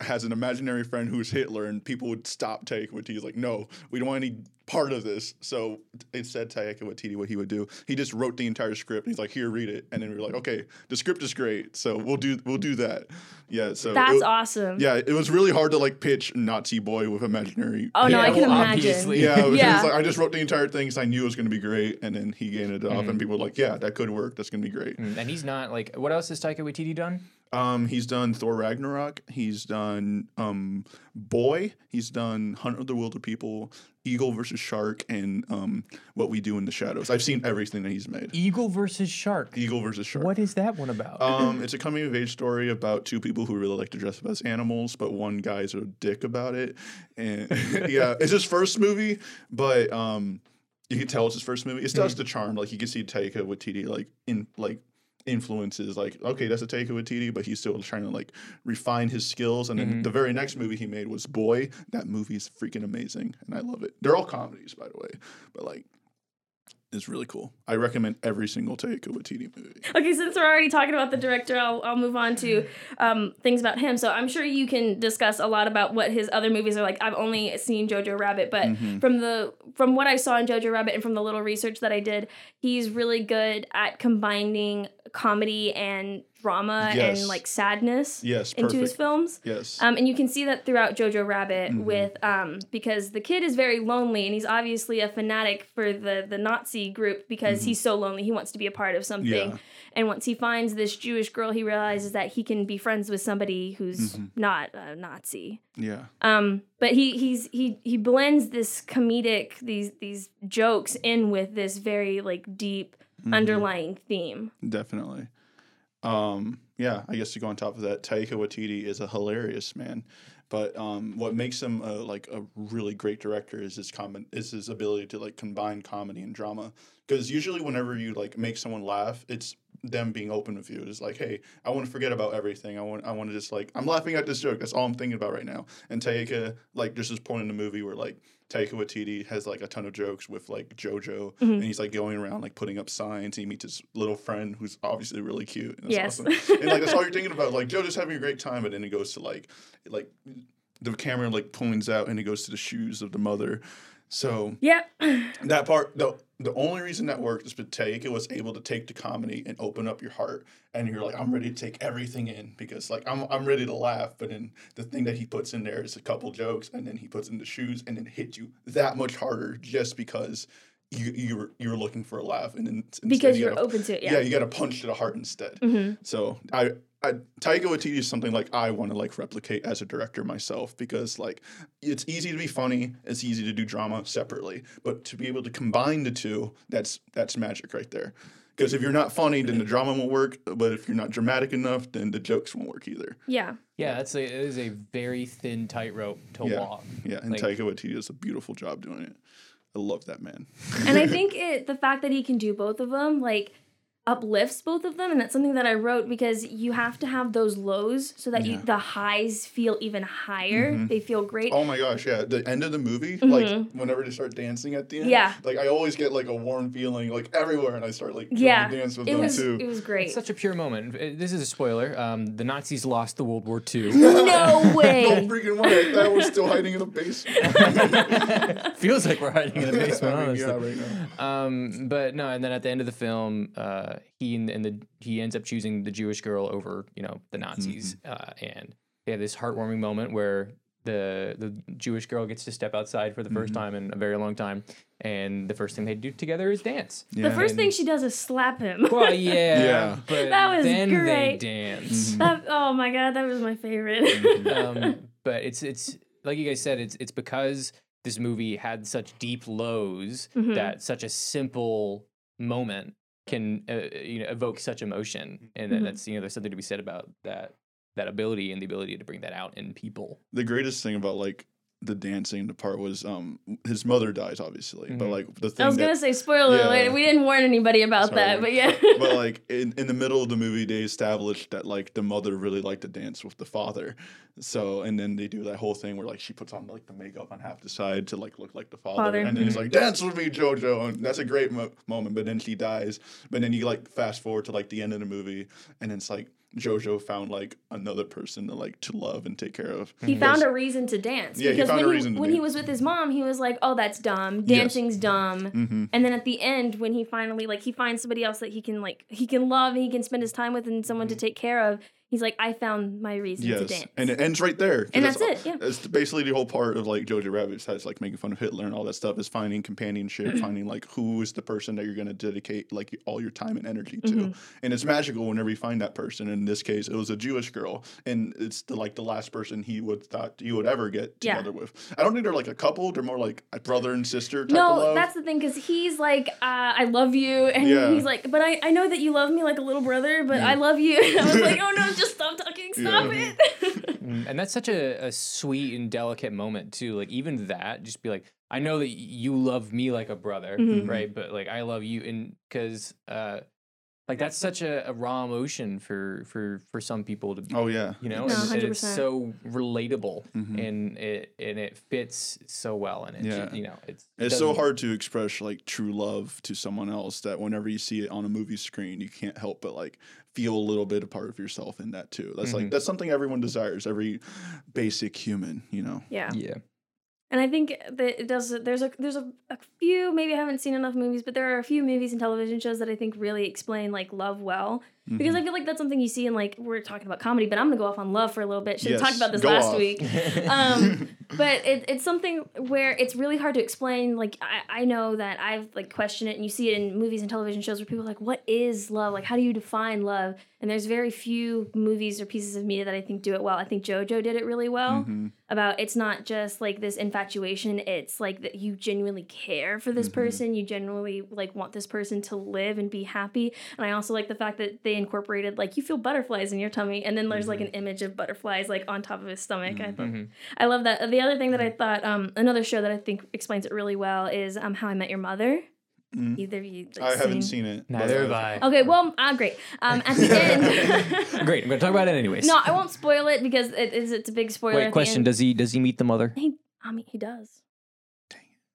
has an imaginary friend who's Hitler," and people would stop Taika Waititi. Like, no, we don't want any part of this. So it said Taika Waititi what he would do. He just wrote the entire script. He's like, "Here, read it," and then we were like, "Okay, the script is great, so we'll do we'll do that." Yeah, so it That's was- awesome. yeah, it was really hard to like pitch Nazi boy with imaginary. Oh no, Yeah, I can well, imagine. obviously. Yeah, it was, Yeah. it was like, I just wrote the entire thing because I knew it was going to be great, and then he gained it off, and people were like, "Yeah, that could work. That's going to be great." Mm-hmm. Mm, And he's not like what else has Taika Waititi done? Um, he's done Thor Ragnarok. He's done um, Boy. He's done Hunt of the Wilder People, Eagle versus Shark, and um, What We Do in the Shadows. I've seen everything that he's made. Eagle versus Shark. Eagle versus Shark. E What is that one about? Um, it's a coming of age story about two people who really like to dress up as animals, but one guy's a dick about it. And yeah, it's his first movie, but um, you can tell it's his first movie. It still has the charm. Like you can see Taika Waititi like in like influences. Like okay, that's a Taika Waititi, but he's still trying to like refine his skills. And then the very next movie he made was Boy. That movie's freaking amazing, and I love it. They're all comedies, by the way, but like. It's really cool. I recommend every single Taika Waititi movie. Okay, since we're already talking about the director, I'll, I'll move on to um, things about him. So I'm sure you can discuss a lot about what his other movies are like. I've only seen Jojo Rabbit, but Mm-hmm. from the from what I saw in Jojo Rabbit and from the little research that I did, he's really good at combining comedy and drama Yes. and like sadness Yes, into his perfect. films. Yes. Um, and you can see that throughout Jojo Rabbit Mm-hmm. with um, because the kid is very lonely and he's obviously a fanatic for the the Nazi group because he's so lonely he wants to be a part of something. Mm-hmm. Yeah. And once he finds this Jewish girl, he realizes that he can be friends with somebody who's Mm-hmm. not a Nazi. yeah. Um, but he he's he he blends this comedic these these jokes in with this very like deep Mm-hmm. underlying theme. Definitely. Um, yeah, I guess to go on top of that, Taika Waititi is a hilarious man. But um, what makes him uh like a really great director is his com- is his ability to like combine comedy and drama. Because usually, whenever you like make someone laugh, it's them being open with you. It's like, hey, I want to forget about everything. I want I want to just like I'm laughing at this joke. That's all I'm thinking about right now. And Taika like there's this point in the movie where like Taika Waititi has like a ton of jokes with like JoJo, and he's like going around like putting up signs. He meets his little friend who's obviously really cute. And that's Yes. awesome. and like that's all you're thinking about. Like JoJo's having a great time, but then it goes to like like the camera like points out and it goes to the shoes of the mother. So Yep. that part, the the only reason that worked is because Taika was able to take the comedy and open up your heart, and you're like, I'm ready to take everything in because like I'm I'm ready to laugh, but then the thing that he puts in there is a couple jokes, and then he puts in the shoes, and then hits you that much harder just because you you were you were looking for a laugh, and then instead Because you you're gotta- open to it, yeah. Mm-hmm, yeah, you got to punch to the heart instead. So I, I Taika Waititi is something like I want to like replicate as a director myself because like it's easy to be funny, it's easy to do drama separately, but to be able to combine the two, that's that's magic right there. Because if you're not funny, then the drama won't work. But if you're not dramatic enough, then the jokes won't work either. Yeah. yeah, that's a it is a very thin tightrope to Yeah, walk. yeah. And Like- Taika Waititi does a beautiful job doing it. I love that man. and I think it the fact that he can do both of them like uplifts both of them and that's something that I wrote because you have to have those lows so that you, the highs feel even higher. They feel great. Oh my gosh, yeah. The end of the movie, like whenever they start dancing at the end, Mm-hmm. Yeah. Like I always get like a warm feeling like everywhere, and I start like doing yeah. the dance with it them was too. it was great. It's such a pure moment. Uh, This is a spoiler. Um, the Nazis lost the World War II. no no way. freaking way! That was still hiding in the basement. Feels like we're hiding in the basement, honestly. yeah, right now. Um, but no, and then at the end of the film, uh, he and, and the he ends up choosing the Jewish girl over you know the Nazis, uh, and they have this heartwarming moment where the the Jewish girl gets to step outside for the 1st time in a very long time, and the first thing they do together is dance. The first thing she does is slap him. Well, yeah, Yeah. but That was then they great. dance. That- oh my god, that was my Mm-hmm. favorite. um, but it's it's like you guys said, it's it's because this movie had such deep lows Mhm. that such a simple moment can uh, you know evoke such emotion, and then Mhm. that's you know there's something to be said about that that ability and the ability to bring that out in people. The greatest thing about like the dancing the part was um his mother dies obviously, but Mhm. like the thing I was that, gonna say spoiler Yeah. alert. We didn't warn anybody about Sorry. that, but yeah. but like in, in the middle of the movie they established that like the mother really liked to dance with the father so and then they do that whole thing where like she puts on like the makeup on half the side to like look like the father, Father. and then he's like dance with me jojo and that's a great mo- moment but then she dies but then you like fast forward to like the end of the movie and it's like jojo found like another person to like to love and take care of He found a reason to dance Yeah, he because found when a he reason to when he dance. was with his mom, he was like, "Oh, that's dumb. Dancing's dumb." Mm-hmm. And then at the end, when he finally like he finds somebody else that he can like he can love and he can spend his time with and someone to take care of, he's like, "I found my reason to Mm-hmm. Yes, dance." and it ends right there. 'cause And that's all- it, yeah. That's basically the whole part of like Jojo Rabbit. Besides like making fun of Hitler and all that stuff, is finding Mm-hmm. companionship, finding like who is the person that you're going to dedicate like all your time and energy to. Mm-hmm. And it's magical whenever you find that person. In this case, it was a Jewish girl, and it's the, like the last person he would thought you would ever get Yeah. together with. I don't think they're like a couple; they're more like a brother and sister type of no, love. that's the thing because he's like, uh, "I love you," and Yeah. Mm. he's like, "But I, I know that you love me like a little brother, but I love you." And I was like, "Oh no, just stop talking, stop Yeah. it." Mm, And that's such a, a sweet and delicate moment too. Like even that, just be like, I know that you love me like a brother, Mhm. right? But like I love you, and because uh, like that's such a, a raw emotion for for for some people to, oh yeah, you know, No, and, and it's 100%. so relatable, Mhm. and it and it fits so well, and it ju- Yeah. you know it's it It's so doesn't- hard to express like true love to someone else that whenever you see it on a movie screen, you can't help but like feel a little bit a part of yourself in that too. That's like Mhm. that's something everyone desires, every basic human, you know. yeah. Yeah, And I think that it does. There's a there's a, a few. Maybe I haven't seen enough movies, but there are a few movies and television shows that I think really explain like love well. Because Mm-hmm. I feel like that's something you see in like we're talking about comedy, but I'm gonna go off on love for a little bit. Should have talked Yes, about this go last off. week. um, but it, it's something where it's really hard to explain. Like I, I know that I've like questioned it, and you see it in movies and television shows where people are like, "What is love? Like, how do you define love?" And there's very few movies or pieces of media that I think do it well. I think JoJo did it really well Mhm. about it's not just like this infatuation it's like that you genuinely care for this Mhm. person you genuinely like want this person to live and be happy and i also like the fact that they incorporated like you feel butterflies in your tummy and then there's like an image of butterflies like on top of his stomach i thought Mhm. i love that the other thing Mm. that i thought um another show that i think explains it really well is um how i met your mother Mm. either of you like, I haven't seen it. but, neither have uh, I. okay well uh, great um at the end Great, I'm gonna talk about it anyways. no i won't spoil it because it is it's a big spoiler at Wait, the question: end. Does he does he meet the mother? He, I mean, he does.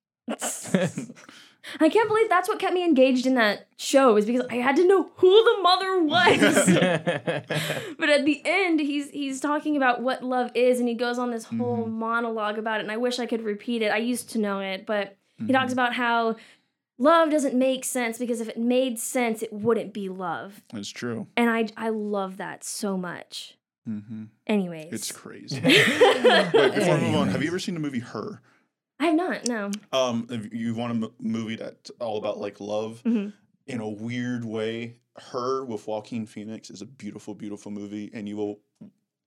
I can't believe that's what kept me engaged in that show is because I had to know who the mother was. but at the end, he's he's talking about what love is, and he goes on this whole Mm-hmm. monologue about it. And I wish I could repeat it. I used to know it, but he Mm-hmm. talks about how love doesn't make sense because if it made sense, it wouldn't be love. Mm-hmm. It's true. And I I love that so much. Mhm. Anyways, It's crazy. Wait, before we move on, have you ever seen the movie Her? I have not. No. Um, if you want a m- movie that's all about like love Mhm. in a weird way. Her with Joaquin Phoenix is a beautiful, beautiful movie, and you will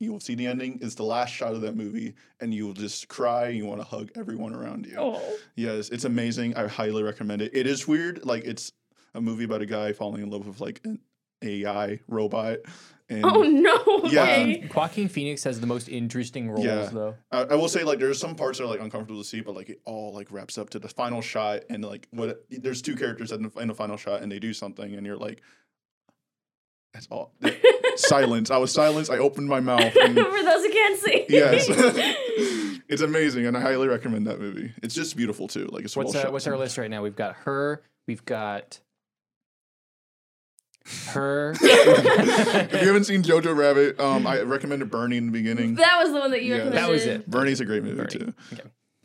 you will see the ending is the last shot of that movie, and you will just cry. and You want to hug everyone around you. Oh. Yes, it's amazing. I highly recommend it. It is weird. Like it's a movie about a guy falling in love with like an AI robot. And Oh no. Yeah. Okay. Joaquin Phoenix has the most interesting roles, Yeah. though. I, I will say like there's some parts that are like uncomfortable to see, but like it all like wraps up to the final shot and like what there's two characters in the, in the final shot and they do something and you're like, that's all silence. I was silenced. I opened my mouth. And, For those who can't see. yes, it's amazing and I highly recommend that movie. It's just beautiful too. Like it's What's well uh, shot. what's our list right now? We've got her. We've got her. if you haven't seen Jojo Rabbit, um, I recommended Bernie in the beginning. that was the one that you Yeah. recommended. that was it. Bernie's a great movie Bernie. too.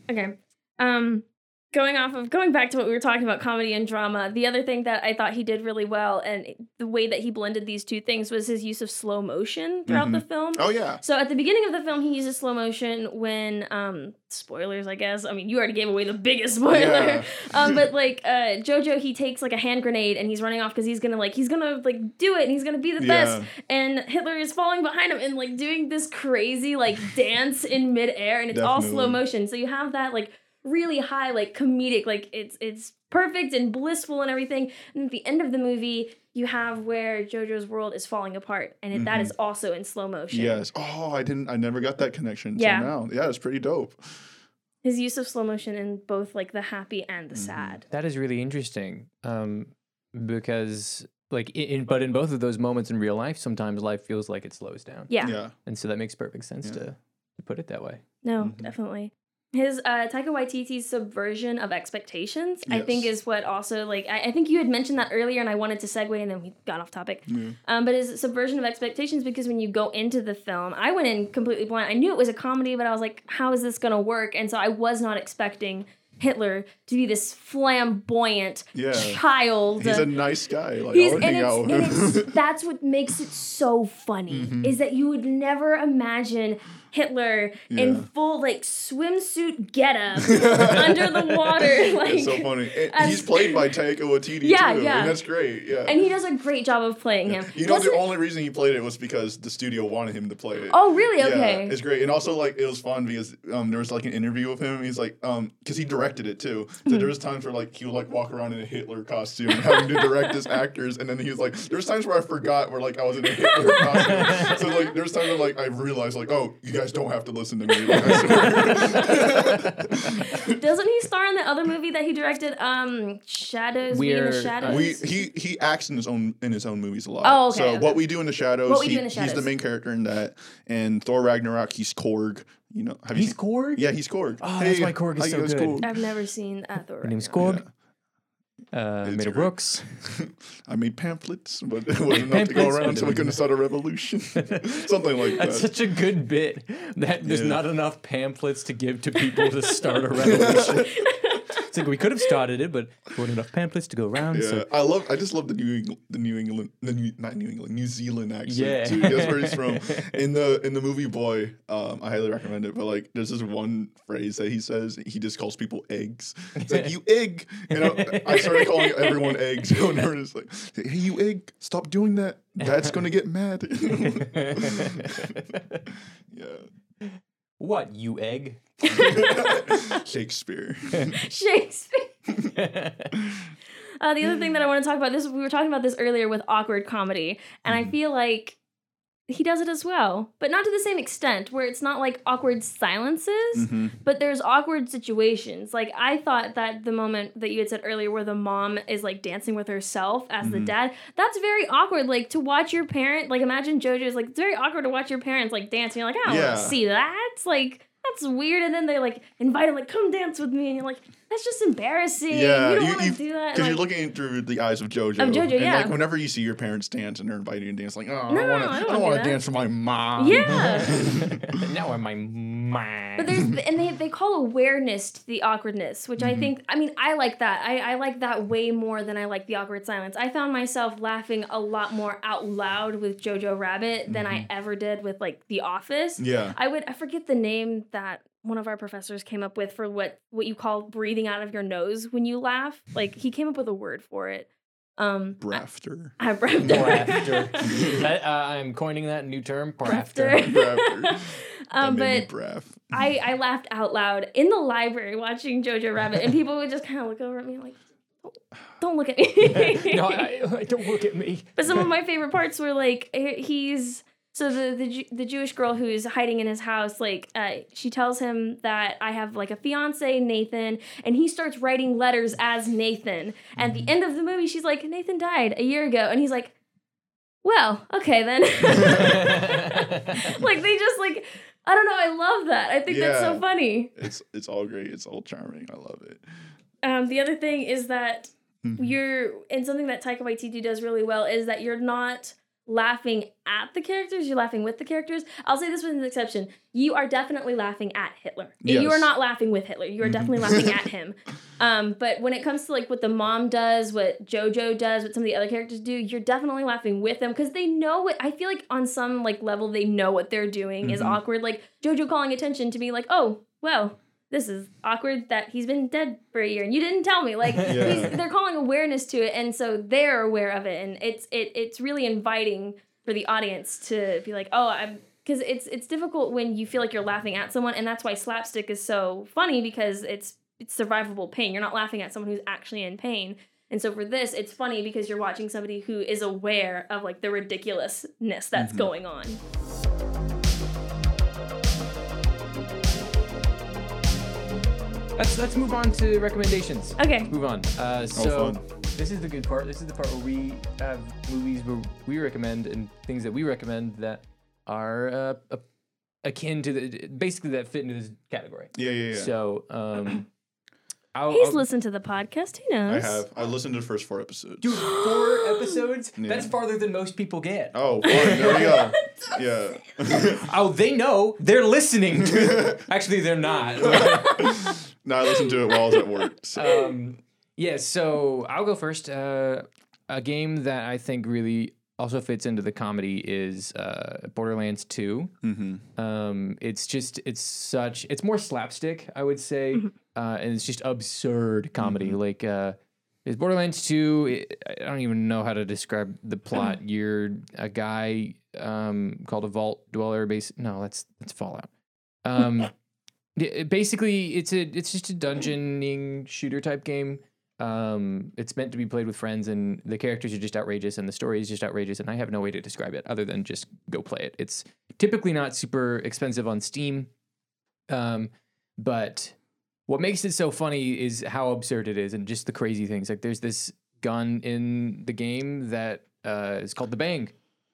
Okay. Um going off of going back to what we were talking about comedy and drama, the other thing that I thought he did really well and the way that he blended these two things was his use of slow motion throughout the film. Oh yeah. So at the beginning of the film, he uses slow motion when um spoilers, I guess. I mean, you already gave away the biggest spoiler. Yeah. um, but like uh Jojo, he takes like a hand grenade and he's running off because he's gonna like he's gonna like do it and he's gonna be the Yeah. best. And Hitler is falling behind him and like doing this crazy like dance in midair and it's all slow Definitely. motion. So you have that like really high like comedic like it's it's perfect and blissful and everything and at the end of the movie you have where jojo's world is falling apart and it, that Mm-hmm. is also in slow motion Yes. Oh, I didn't. I never got that connection. Yeah. Yeah. Now. Yeah, it's pretty dope. his use of slow motion in both like the happy and Mm-hmm. the sad. That is really interesting. Um, because like i- in but in both of those moments in real life, sometimes life feels like it slows down. Yeah. yeah. And so that makes perfect sense Yeah. to, to put it that way. No, Mm-hmm. definitely. His uh, Taika Waititi's subversion of expectations, I think, Yes. is what also like I, I think you had mentioned that earlier, and I wanted to segue, and then we got off topic. Um, but his subversion of expectations because when you go into the film, I went in completely blind. I knew it was a comedy, but I was like, "How is this going to work?" And so I was not expecting Hitler to be this flamboyant Yeah. child. He's a nice guy. Like He's, I would and hang it's, out with and him. it's, that's what makes it so funny Mm-hmm. is that you would never imagine Hitler Yeah. in full like swimsuit getup under the water, like. It's so funny. And as- he's played by Taika Waititi Yeah, too, yeah. and that's great. Yeah. and he does a great job of playing him. you know, the Doesn't- only reason he played it was because the studio wanted him to play it. oh, really? Yeah, Okay. it's great. And also, like, it was fun because um, there was like an interview of him. He's like, um, because he directed it too. Hmm. So there was times where like he would like walk around in a Hitler costume, having to direct his actors. And then he was like, there was times where I forgot where like I was in a Hitler costume. so like there's times where like I realized like, oh, you guys don't have to listen to me. Like, I swear. Doesn't he star in the other movie that he directed? Um, Shadows. We in We're, the uh, Shadows. We he he acts in his own in his own movies a lot. Oh, okay, So okay. what we do in the shadows, What We Do he- in the he's Shadows. the main character in that. And Thor Ragnarok, he's Korg. You know, have you He's seen- Korg? Yeah, he's Korg. Oh, that's why Korg is how you so guys good. I've never seen uh, Thor. My name's Ragnarok. Korg. Uh, made It's great. of rooks. I made pamphlets, but it wasn't enough to go Pamphlets, around, so we but- couldn't start a revolution. Something like That's that. such a good bit that there's Yeah. not enough pamphlets to give to people to start a revolution. it's like we could have started it, but there weren't enough pamphlets to go around. Yeah, So I love. I just love the New England, the New England, the New, not New England, New Zealand accent. Yeah. too. that's where he's from. In the in the movie Boy, um, I highly recommend it. But like, there's this one phrase that he says. He just calls people eggs. It's like you egg, and I, I started calling everyone eggs. Whenever it's like, hey, you egg, stop doing that. That's gonna get mad. yeah, what, you egg? Shakespeare. Shakespeare. Uh, the other thing that I want to talk about this we were talking about this earlier with awkward comedy, and I feel like he does it as well, but not to the same extent where it's not like awkward silences, but there's awkward situations. Like I thought that the moment that you had said earlier where the mom is like dancing with herself as the dad, that's very awkward. Like to watch your parent, like imagine JoJo's like it's very awkward to watch your parents like dance. And you're like, I don't Yeah. want to see that. It's like that's weird. And then they like invite him like come dance with me, and you're like that's just embarrassing. you don't want to do that. Because you're Like- looking through the eyes of JoJo. Of JoJo, and yeah. Like whenever you see your parents dance and they're inviting you to dance, like, oh, No, I I don't don't wanna do want to that." dance for my mom. Yeah. now I'm my mind. But there's and they they call awareness to the awkwardness, which I think I mean I like that. I, I like that way more than I like the awkward silence. I found myself laughing a lot more out loud with Jojo Rabbit than I ever did with like The Office. Yeah. I would I forget the name that one of our professors came up with for what what you call breathing out of your nose when you laugh. Like he came up with a word for it. Um Brafter. I, breathed Brafter. That, uh, I'm coining that new term, brafter. Brafter. Brafter. Um, That made but me braff. I, I laughed out loud in the library watching Jojo Rabbit, and people would just kind of look over at me like, "Don't look at me." no, I, I- don't look at me. but some of my favorite parts were like eh, he's so the the, Ju- the Jewish girl who's hiding in his house, like uh, she tells him that I have like a fiance Nathan, and he starts writing letters as Nathan. At Mm-hmm. the end of the movie, she's like, "Nathan died a year ago," and he's like, "Well, okay then." like they just like I don't know. I love that. I think that's so Yeah. funny. It's it's all great. It's all charming. I love it. Um, the other thing is that you're, and something that Taika Waititi does really well is that you're not laughing at the characters, you're laughing with the characters. I'll say this with an exception. You are definitely laughing at Hitler. You are Yes. not laughing with Hitler. You are definitely laughing at him. Um, but when it comes to like what the mom does, what Jojo does, what some of the other characters do, you're definitely laughing with them because they know what I feel like on some like level they know what they're doing is awkward. Like Jojo calling attention to be like, oh, well, this is awkward that he's been dead for a year and you didn't tell me. Like he's, they're calling awareness to it, and so they're aware of it, and it's it it's really inviting for the audience to be like, oh, I'm because it's it's difficult when you feel like you're laughing at someone, and that's why slapstick is so funny because it's it's survivable pain. You're not laughing at someone who's actually in pain. And so for this, it's funny because you're watching somebody who is aware of like the ridiculousness that's going on. Let's let's move on to recommendations. Okay. Move on. Uh, so Oh, fun. this is the good part. This is the part where we have movies where we recommend and things that we recommend that are uh, a- akin to the basically that fit into this category. Yeah, yeah, yeah. So um, I'll, He's I'll- listened to the podcast. He I knows. have. I listened to the first four episodes. dude four episodes. Yeah. That's farther than most people get. Oh. Oh, fine. There we go. Yeah. they know they're listening to. Actually, they're not. no, I listened to it while I was at work. So. um, yeah, so I'll go first. Uh, a game that I think really also fits into the comedy is uh, Borderlands 2. Mm-hmm. Um, it's just, it's such, it's more slapstick, I would say. Uh, and it's just absurd comedy. Like, uh, is Borderlands 2, I- I don't even know how to describe the plot. You're a guy um, called a vault dweller base. No, that's, that's Fallout. Um, Yeah, it- basically it's a it's just a dungeoning shooter type game um it's meant to be played with friends and the characters are just outrageous and the story is just outrageous and i have no way to describe it other than just go play it it's typically not super expensive on steam um but what makes it so funny is how absurd it is and just the crazy things like there's this gun in the game that uh is called the bang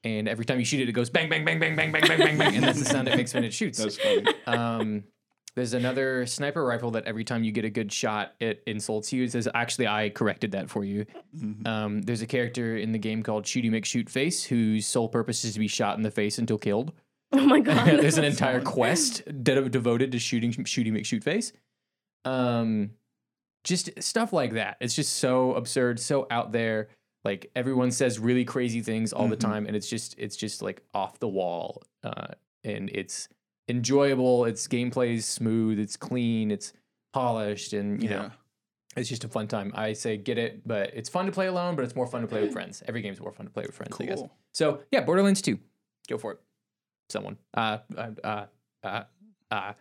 and every time you shoot it it goes bang bang bang bang bang bang bang bang bang and that's the sound it makes when it shoots That's funny. um, there's another sniper rifle that every time you get a good shot, it insults you. It says, actually, I corrected that for you. Um, there's a character in the game called Shooty McShoot Face whose sole purpose is to be shot in the face until killed. Oh my god. there's an entire quest de- devoted to shooting Shooty McShoot Face. Um, just stuff like that. It's just so absurd, so out there. Like everyone says really crazy things all the time, and it's just it's just like off the wall, uh, and it's enjoyable. Its gameplay is smooth. It's clean. It's polished, and you know it's just a fun time. I say get it, but it's fun to play alone, but it's more fun to play with friends. Every game's more fun to play with friends, I guess. Cool. So yeah, Borderlands 2. Go for it. Someone. Uh, uh, uh, uh, uh.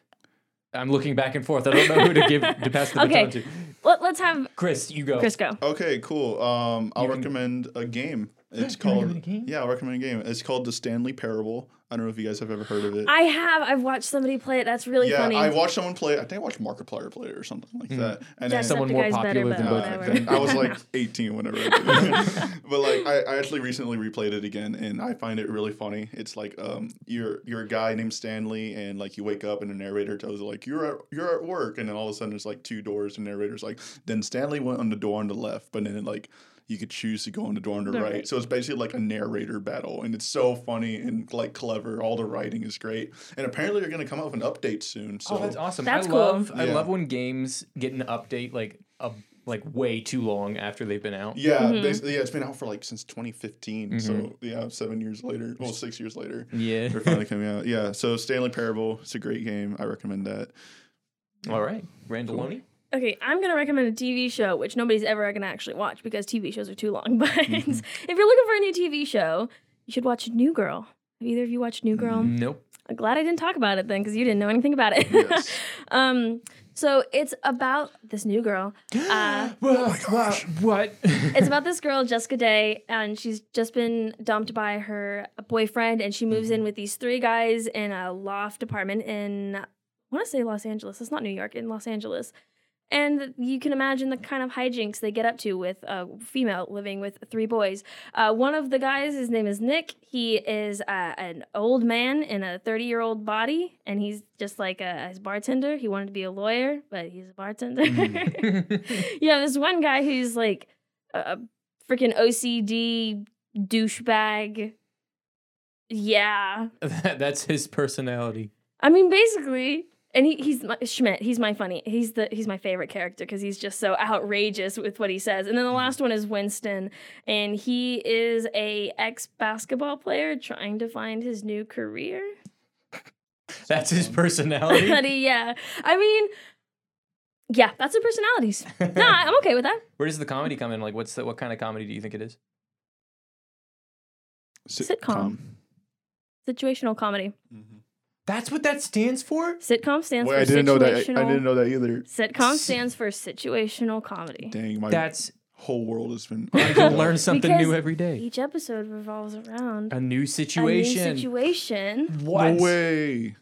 I'm looking back and forth. I don't know who to give to pass the Okay. baton to. Let, let's have Chris, you go. Chris go. Okay, cool. Um, I'll You can- recommend a game. It's can called recommend a game? yeah, I'll recommend a game. It's called The Stanley Parable. I don't know if you guys have ever heard of it. I have. I've watched somebody play it. That's really yeah, funny. I watched someone play. I think I watched Markiplier play it or something Mm-hmm. like that. And yeah, then- Someone Septic more Eye's popular than better, both of but Uh, them. whatever. then I was like 18 whenever I did it. but like I, I actually recently replayed it again and I find it really funny. It's like um you're you're a guy named Stanley and like you wake up and the narrator tells you like you're at you're at work and then all of a sudden it's like two doors and the narrator's like then Stanley went on the door on the left but then like you could choose to go on the door on the right. So it's basically like a narrator battle and it's so funny and like clever. All the writing is great. And apparently they're gonna come out with an update soon. So Oh, that's awesome. That's I cool. love I Yeah. love when games get an update like a, like way too long after they've been out. Yeah, Mm-hmm. basically, yeah, it's been out for like since 2015. So yeah, seven years later, well, six years later, Mm-hmm. Yeah. they're finally coming out. Yeah, so Stanley Parable, it's a great game. I recommend that. All right. Randalloni. Okay, I'm gonna recommend a TV show, which nobody's ever gonna actually watch because TV shows are too long. But if you're Mm-hmm. looking for a new TV show, you should watch New Girl. Have either of you watched New Girl? Nope. I'm glad I didn't talk about it then, because you didn't know anything about it. Yes. um, so it's about this new girl. Uh, what? What? it's about this girl, Jessica Day, and she's just been dumped by her boyfriend, and she moves in with these three guys in a loft apartment in, I want to say Los Angeles. It's not New York, in Los Angeles. And you can imagine the kind of hijinks they get up to with a female living with three boys. Uh, one of the guys, his name is Nick. He is uh, an old man in a 30 year old body, and he's just like a, his bartender. He wanted to be a lawyer, but he's a bartender. Mm-hmm. yeah, there's one guy who's like a, a freaking OCD douchebag. Yeah. That's his personality. I mean, basically, and he, he's my, Schmidt. He's my funny. He's the he's my favorite character because he's just so outrageous with what he says. And then the last one is Winston, and he is a ex basketball player trying to find his new career. That's Um, his Oh, personality. But he- yeah, I mean, yeah, that's the personalities. no, I- I'm okay with that. Where does the comedy come in? Like, what's the, what kind of comedy do you think it is? Sitcom. Situational comedy. That's what that stands for. Sitcom stands Mm-hmm. Wait, for I didn't know that. I, situational. didn't know that either. Sitcom stands for situational comedy. Dang, my That's whole world has been. I can learn something Because new every day. Each episode revolves around A new a new situation. Mm-hmm. situation. What? No way.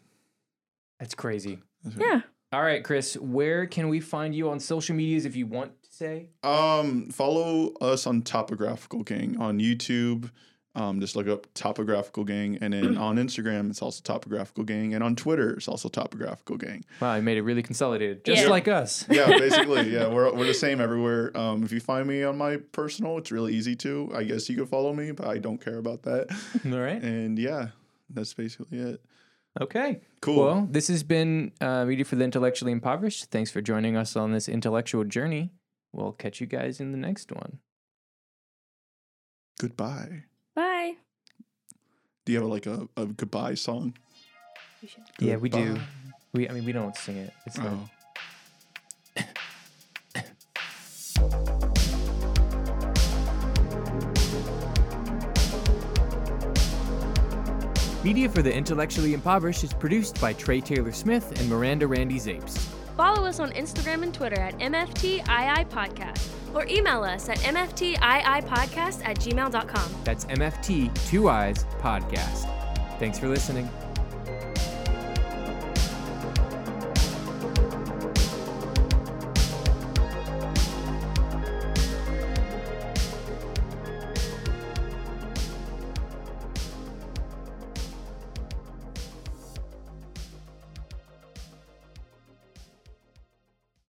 That's crazy. Yeah. All right, Chris, where can we find you on social medias if you want to say? Um, follow us on Topographical Gang on YouTube. Um, just look up Topographical Gang, and then on Instagram it's also Topographical Gang, and on Twitter it's also Topographical Gang. Wow, you made it really consolidated, just Yeah. like us. Yeah, basically, yeah, we're we're the same everywhere. Um, if you find me on my personal, it's really easy to. I guess you could follow me, but I don't care about that. All right. And yeah, that's basically it. Okay. Cool. Well, this has been uh, Media for the Intellectually Impoverished. Thanks for joining us on this intellectual journey. We'll catch you guys in the next one. Goodbye. Bye. Do you have like a, a goodbye song? Yeah, we do. Goodbye. We, I mean, we don't sing it. It's not. Oh. Media for the Intellectually Impoverished is produced by Trey Taylor Smith and Miranda Randy Zapes. Follow us on Instagram and Twitter at MFTII Podcast or email us at MFTIIPodcast at gmail.com. That's MFT Two Eyes Podcast. Thanks for listening.